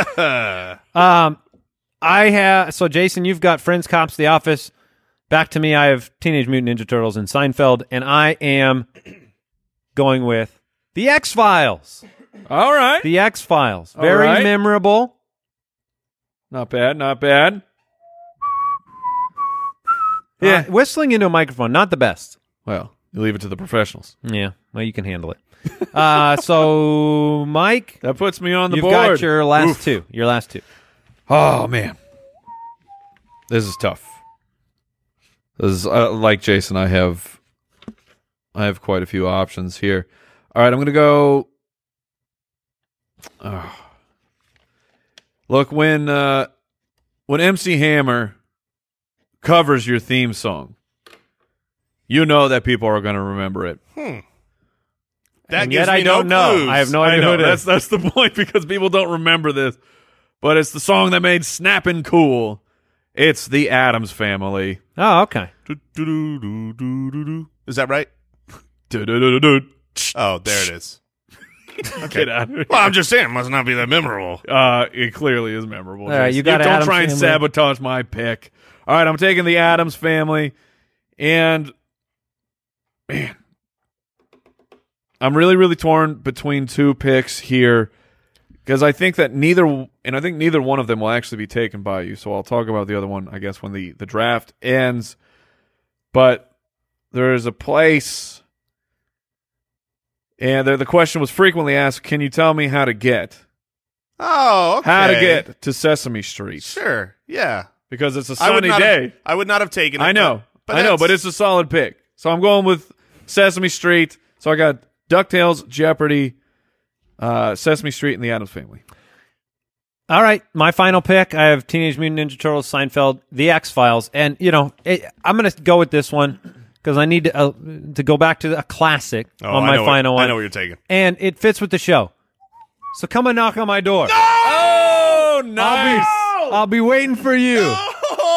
Speaker 3: um, I have. So, Jason, you've got friends, cops, The Office. Back to me. I have Teenage Mutant Ninja Turtles and Seinfeld, and I am *clears throat* going with the X Files.
Speaker 4: All right.
Speaker 3: The X Files,
Speaker 4: All
Speaker 3: very
Speaker 4: right.
Speaker 3: memorable.
Speaker 4: Not bad. Not bad.
Speaker 3: Yeah, Uh, whistling into a microphone, not the best.
Speaker 4: Well, you leave it to the professionals.
Speaker 3: Yeah, well, you can handle
Speaker 4: *laughs*
Speaker 3: it. uh, so, Mike,
Speaker 4: That puts me on the
Speaker 3: you've
Speaker 4: board.
Speaker 3: got your last two. Your last two.
Speaker 4: Oh man, this is tough. This is uh, like Jason. I have, I have quite a few options here. All right, I'm gonna go. Ugh. Look when uh, when MC Hammer covers your theme song, you know that people are gonna remember it.
Speaker 1: that
Speaker 3: and
Speaker 1: gives
Speaker 3: yet
Speaker 1: me
Speaker 3: I don't
Speaker 1: no
Speaker 3: know.
Speaker 1: clues.
Speaker 3: I have no idea
Speaker 4: I know
Speaker 3: who it
Speaker 4: that's
Speaker 3: is.
Speaker 4: that's the *laughs* point because people don't remember this, but it's the song that made Snappin' cool. It's the Adams Family.
Speaker 3: Oh, okay.
Speaker 1: Do-do-do-do-do-do-do. Is that right?
Speaker 4: Du-du-du-du-du.
Speaker 1: Oh, there it is.
Speaker 4: Get out of here.
Speaker 1: *laughs* Well, I'm just saying, it must not be that memorable.
Speaker 4: Uh, it clearly is memorable.
Speaker 3: All right,
Speaker 4: Jason.
Speaker 3: you got
Speaker 4: don't
Speaker 3: Addams
Speaker 4: try and
Speaker 3: Family.
Speaker 4: sabotage my pick. All right, I'm taking the Adams Family, and man, I'm really really torn between two picks here because I think that neither and I think neither one of them will actually be taken by you. So I'll talk about the other one, I guess, when the the draft ends. But there is a place. And the the question was frequently asked, can you tell me how to get?
Speaker 1: Oh, okay.
Speaker 4: how to get to Sesame Street
Speaker 1: Sure. Yeah.
Speaker 4: because it's a
Speaker 1: I would
Speaker 4: sunny
Speaker 1: not
Speaker 4: day.
Speaker 1: Have, I would not have taken it.
Speaker 4: I know,
Speaker 1: But, but
Speaker 4: I know, but
Speaker 1: that's-
Speaker 4: it's a solid pick. So I'm going with Sesame Street. So I got Ducktales, Jeopardy, uh, Sesame Street, and The Addams Family.
Speaker 3: All right, my final pick. I have Teenage Mutant Ninja Turtles, Seinfeld, The X Files, and you know it, I'm going to go with this one because I need to uh, to go back to a classic
Speaker 1: Oh,
Speaker 3: on
Speaker 1: I
Speaker 3: my
Speaker 1: know what-
Speaker 3: final one,
Speaker 1: I know what you're taking.
Speaker 3: and it fits with the show. So come and knock on my door.
Speaker 4: Oh,
Speaker 3: I'll,
Speaker 4: nice!
Speaker 3: be, I'll be waiting for you.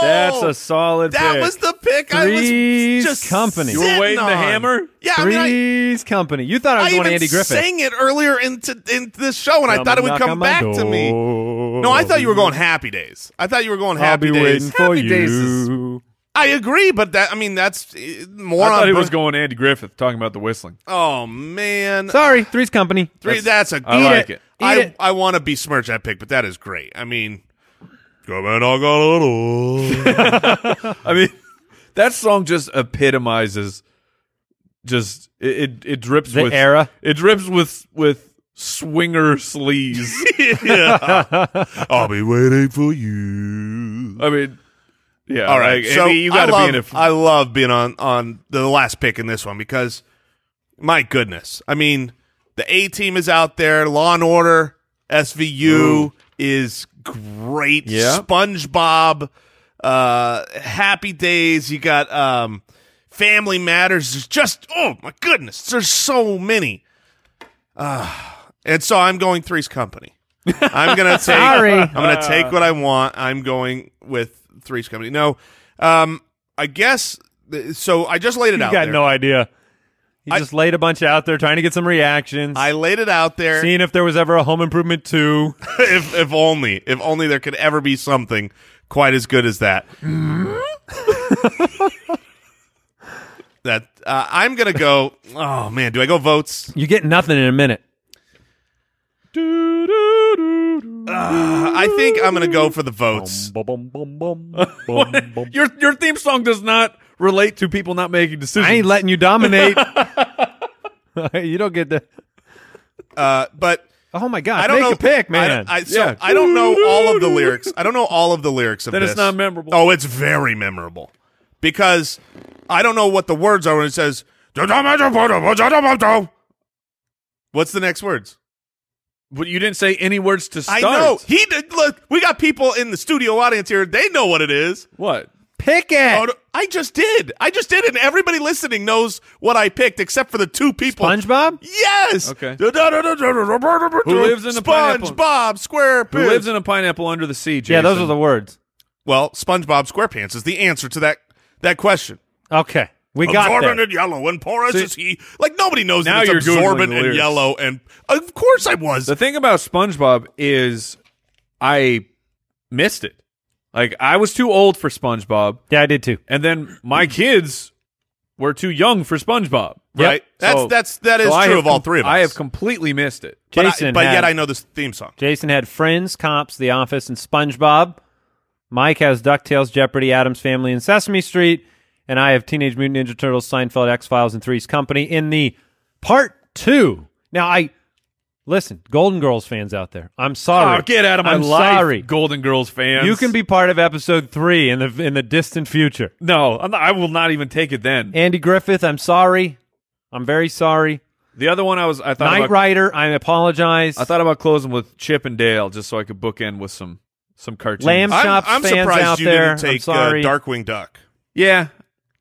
Speaker 4: That's a solid.
Speaker 1: Oh, *laughs* That
Speaker 4: pick.
Speaker 1: was the pick. I was
Speaker 3: Three's
Speaker 1: just
Speaker 3: Company. You
Speaker 4: were
Speaker 1: sitting
Speaker 4: waiting
Speaker 1: on.
Speaker 4: to hammer?
Speaker 1: Yeah,
Speaker 3: Three's
Speaker 1: I mean, I,
Speaker 3: Company. You thought I was
Speaker 1: I
Speaker 3: going
Speaker 1: even
Speaker 3: Andy Griffith.
Speaker 1: sang it earlier into in this show, and I
Speaker 3: Come
Speaker 1: thought it
Speaker 3: and
Speaker 1: would
Speaker 3: knock
Speaker 1: come
Speaker 3: on my
Speaker 1: back to me. No, I thought you were going Happy Days. I thought you were going
Speaker 4: I'll
Speaker 1: Happy
Speaker 4: be
Speaker 1: Days.
Speaker 4: waiting for
Speaker 1: happy
Speaker 4: you.
Speaker 1: Days is. I agree, but that I mean that's eh, more
Speaker 4: I
Speaker 1: on.
Speaker 4: thought he
Speaker 1: Bru-
Speaker 4: was going Andy Griffith talking about the whistling.
Speaker 1: oh man,
Speaker 3: Sorry, Three's Company.
Speaker 1: three. That's, a.
Speaker 4: I
Speaker 1: eat
Speaker 4: like it.
Speaker 1: I
Speaker 3: Eat it.
Speaker 1: I want to besmirch that pick, but that is great. I mean, come and I got a
Speaker 4: *laughs*
Speaker 1: little.
Speaker 4: I mean, *laughs* that song just epitomizes just it it, it drips
Speaker 3: The
Speaker 4: with
Speaker 3: era.
Speaker 4: It drips with with
Speaker 1: *laughs*
Speaker 4: swinger sleaze.
Speaker 1: I'll be waiting for you.
Speaker 4: I mean, yeah.
Speaker 1: All right,
Speaker 4: like,
Speaker 1: so
Speaker 4: Andy, you
Speaker 1: I
Speaker 4: got to
Speaker 1: love,
Speaker 4: be in a.
Speaker 1: I love being on on the last pick in this one because, my goodness, I mean, the A team is out there. Law and Order, SVU is great.
Speaker 4: Yeah.
Speaker 1: SpongeBob, uh, Happy Days. You got um, Family Matters. There's just oh my goodness, there's so many. Uh, and so I'm going Three's
Speaker 4: *laughs*
Speaker 1: Company. I'm gonna take.
Speaker 3: Sorry.
Speaker 1: I'm gonna
Speaker 3: Uh.
Speaker 1: take what I want. I'm going with Three's Company. No, um, I guess. th- So I just laid it
Speaker 3: You
Speaker 1: out.
Speaker 3: got
Speaker 1: there.
Speaker 3: no idea. He
Speaker 1: I-
Speaker 3: just laid a bunch out there trying to get some reactions.
Speaker 1: I laid it out there.
Speaker 3: seeing if there was ever a Home Improvement 2.
Speaker 1: *laughs* if if only if only there could ever be something quite as good as
Speaker 3: *laughs*
Speaker 1: that. that uh, I'm gonna go. Oh man, do I go votes?
Speaker 3: You get nothing in a minute.
Speaker 1: Uh, I think I'm gonna go for the
Speaker 3: Oh,
Speaker 1: votes.
Speaker 4: *laughs* your your theme song does not relate to people not making decisions.
Speaker 3: I ain't letting you dominate. *laughs* you don't get the.
Speaker 1: Uh, but
Speaker 3: Oh my God!
Speaker 1: I don't
Speaker 3: Make
Speaker 1: know.
Speaker 3: a pick,
Speaker 1: I
Speaker 3: man.
Speaker 1: don't- I, so
Speaker 4: Yeah.
Speaker 1: I don't know all of the lyrics. I don't know all of the lyrics of
Speaker 4: Then
Speaker 1: this.
Speaker 4: it's not memorable.
Speaker 1: Oh, it's very memorable because I don't know what the words are when it says. What's the next words?
Speaker 4: but you didn't say any words to start.
Speaker 1: I know he did. Look, we got people in the studio audience here. They know what it is.
Speaker 4: What?
Speaker 3: pick it.
Speaker 1: Oh, no, I just did. I just did, and everybody listening knows what I picked, except for the two people.
Speaker 3: SpongeBob.
Speaker 1: Yes.
Speaker 4: Okay.
Speaker 1: Who lives
Speaker 4: lives in a pineapple?
Speaker 1: SpongeBob SquarePants?
Speaker 4: Who lives in a pineapple under the sea? Jason?
Speaker 3: Yeah, those are the words.
Speaker 1: Well, SpongeBob SquarePants is the answer to that that question.
Speaker 3: Okay, we got
Speaker 1: absorbent
Speaker 3: there.
Speaker 1: and yellow and porous
Speaker 4: See-
Speaker 1: is he. Like nobody knows
Speaker 4: Now
Speaker 1: that it's
Speaker 4: you're Googling
Speaker 1: absorbent
Speaker 4: the
Speaker 1: and
Speaker 4: lyrics.
Speaker 1: yellow and of course I was.
Speaker 4: The thing about SpongeBob is I missed it. Like I was too old for SpongeBob,
Speaker 3: Yeah, I did too.
Speaker 4: and then my
Speaker 1: Mm-hmm.
Speaker 4: kids were too young for SpongeBob.
Speaker 1: right? That's
Speaker 4: So-
Speaker 1: that's that is
Speaker 4: so I
Speaker 1: true
Speaker 4: have
Speaker 1: of all
Speaker 4: com-
Speaker 1: three of us.
Speaker 4: I have completely missed it.
Speaker 1: but, I-
Speaker 3: Jason,
Speaker 1: but
Speaker 3: had,
Speaker 1: yet I know this theme song.
Speaker 3: Jason had Friends, Cops, The Office, and SpongeBob. Mike has Ducktales, Jeopardy, Adam's Family, and Sesame Street. And I have Teenage Mutant Ninja Turtles, Seinfeld, X Files, and Three's Company in the part two. Now I listen, Golden Girls fans out there. I'm sorry.
Speaker 4: Oh, get out of my
Speaker 3: I'm
Speaker 4: life,
Speaker 3: Sorry.
Speaker 4: Golden Girls fans.
Speaker 3: You can be part of episode three in the in the distant future.
Speaker 4: no. I'm not, I will not even take it then.
Speaker 3: Andy Griffith, I'm sorry. I'm very sorry.
Speaker 4: the other one I was I thought
Speaker 3: Knight
Speaker 4: about,
Speaker 3: Rider, I apologize.
Speaker 4: I thought about closing with Chip and Dale just so I could bookend with some some cartoons.
Speaker 3: Lamb-
Speaker 4: I-
Speaker 3: Shop
Speaker 1: I'm, I'm
Speaker 3: fans
Speaker 1: surprised
Speaker 3: out
Speaker 1: you
Speaker 3: there,
Speaker 1: didn't
Speaker 3: I'm
Speaker 1: take
Speaker 3: sorry.
Speaker 1: Uh, Darkwing Duck.
Speaker 4: yeah,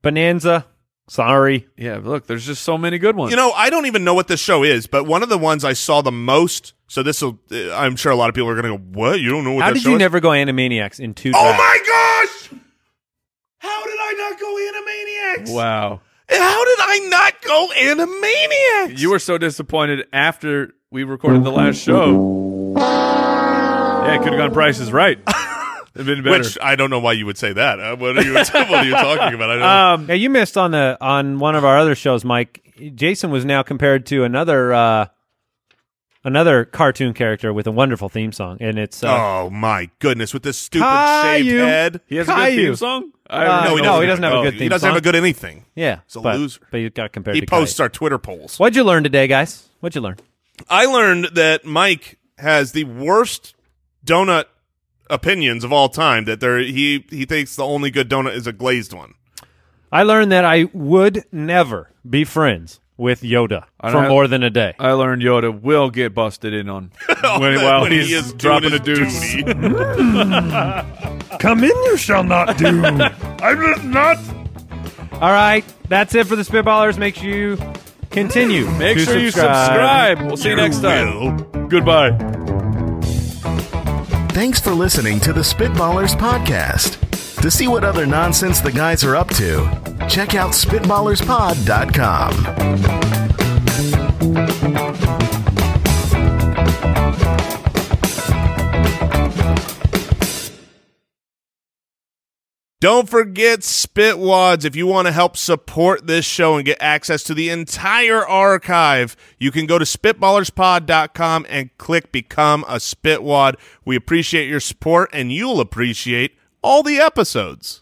Speaker 3: Bonanza, sorry.
Speaker 4: yeah. but Look, there's just so many good ones.
Speaker 1: You know, I don't even know what this show is, but one of the ones I saw the most. So this will, uh, I'm sure a lot of people are going to go, "What? You don't know what
Speaker 3: How
Speaker 1: that
Speaker 3: did
Speaker 1: show
Speaker 3: you
Speaker 1: is?"
Speaker 3: never go Animaniacs in two?
Speaker 1: oh
Speaker 3: drafts?
Speaker 1: my gosh! How did I not go Animaniacs?
Speaker 4: wow.
Speaker 1: How did I not go Animaniacs?
Speaker 4: You were so disappointed after we recorded the last show. Yeah, it could have gone Price is
Speaker 3: *laughs*
Speaker 4: Right. It'd been better.
Speaker 1: which I don't know why you would say that. Uh, What are you? *laughs* what are you talking about? I don't.
Speaker 3: Um, yeah, you missed on the on one of our other shows, Mike. Jason was now compared to another uh, another cartoon character with a wonderful theme song, and it's uh,
Speaker 1: oh my goodness! With this stupid shaved
Speaker 3: Caillou.
Speaker 1: head.
Speaker 4: he has a good
Speaker 3: Caillou.
Speaker 4: theme song. I
Speaker 3: Uh,
Speaker 4: don't
Speaker 3: no, he
Speaker 4: know.
Speaker 3: doesn't. have a
Speaker 4: Oh,
Speaker 3: good
Speaker 1: He
Speaker 3: theme
Speaker 1: doesn't have
Speaker 3: song.
Speaker 1: a good anything.
Speaker 3: yeah,
Speaker 1: He's a
Speaker 3: but,
Speaker 1: loser.
Speaker 3: But you got compared.
Speaker 1: He
Speaker 3: to
Speaker 1: posts
Speaker 3: Kai.
Speaker 1: our Twitter polls.
Speaker 3: What'd you learn today, guys? What'd you learn?
Speaker 1: I learned that Mike has the worst donut opinions of all time. That there, he he thinks the only good donut is a glazed one.
Speaker 3: I learned that I would never be friends with Yoda
Speaker 4: I
Speaker 3: for
Speaker 4: don't-
Speaker 3: more than a day.
Speaker 4: Oh, I learned Yoda will get busted in
Speaker 3: *laughs*
Speaker 4: on
Speaker 3: Oh,
Speaker 4: when,
Speaker 1: Oh, that-
Speaker 4: while
Speaker 1: when
Speaker 4: he's
Speaker 1: he is
Speaker 4: dropping a
Speaker 1: doing his
Speaker 4: deuce.
Speaker 1: duty.
Speaker 5: Come in, you shall
Speaker 4: *laughs*
Speaker 5: not do. I will not.
Speaker 3: All right, that's it for the Spitballers. Make sure you continue.
Speaker 4: Make
Speaker 3: to
Speaker 4: sure you subscribe. We'll see you next time. Goodbye.
Speaker 2: Thanks for listening to the Spitballers Podcast. To see what other nonsense the guys are up to, check out SpitballersPod.com.
Speaker 1: Don't forget Spitwads. If you want to help support this show and get access to the entire archive, you can go to spitballerspod.com and click Become a Spitwad. We appreciate your support and you'll appreciate all the episodes.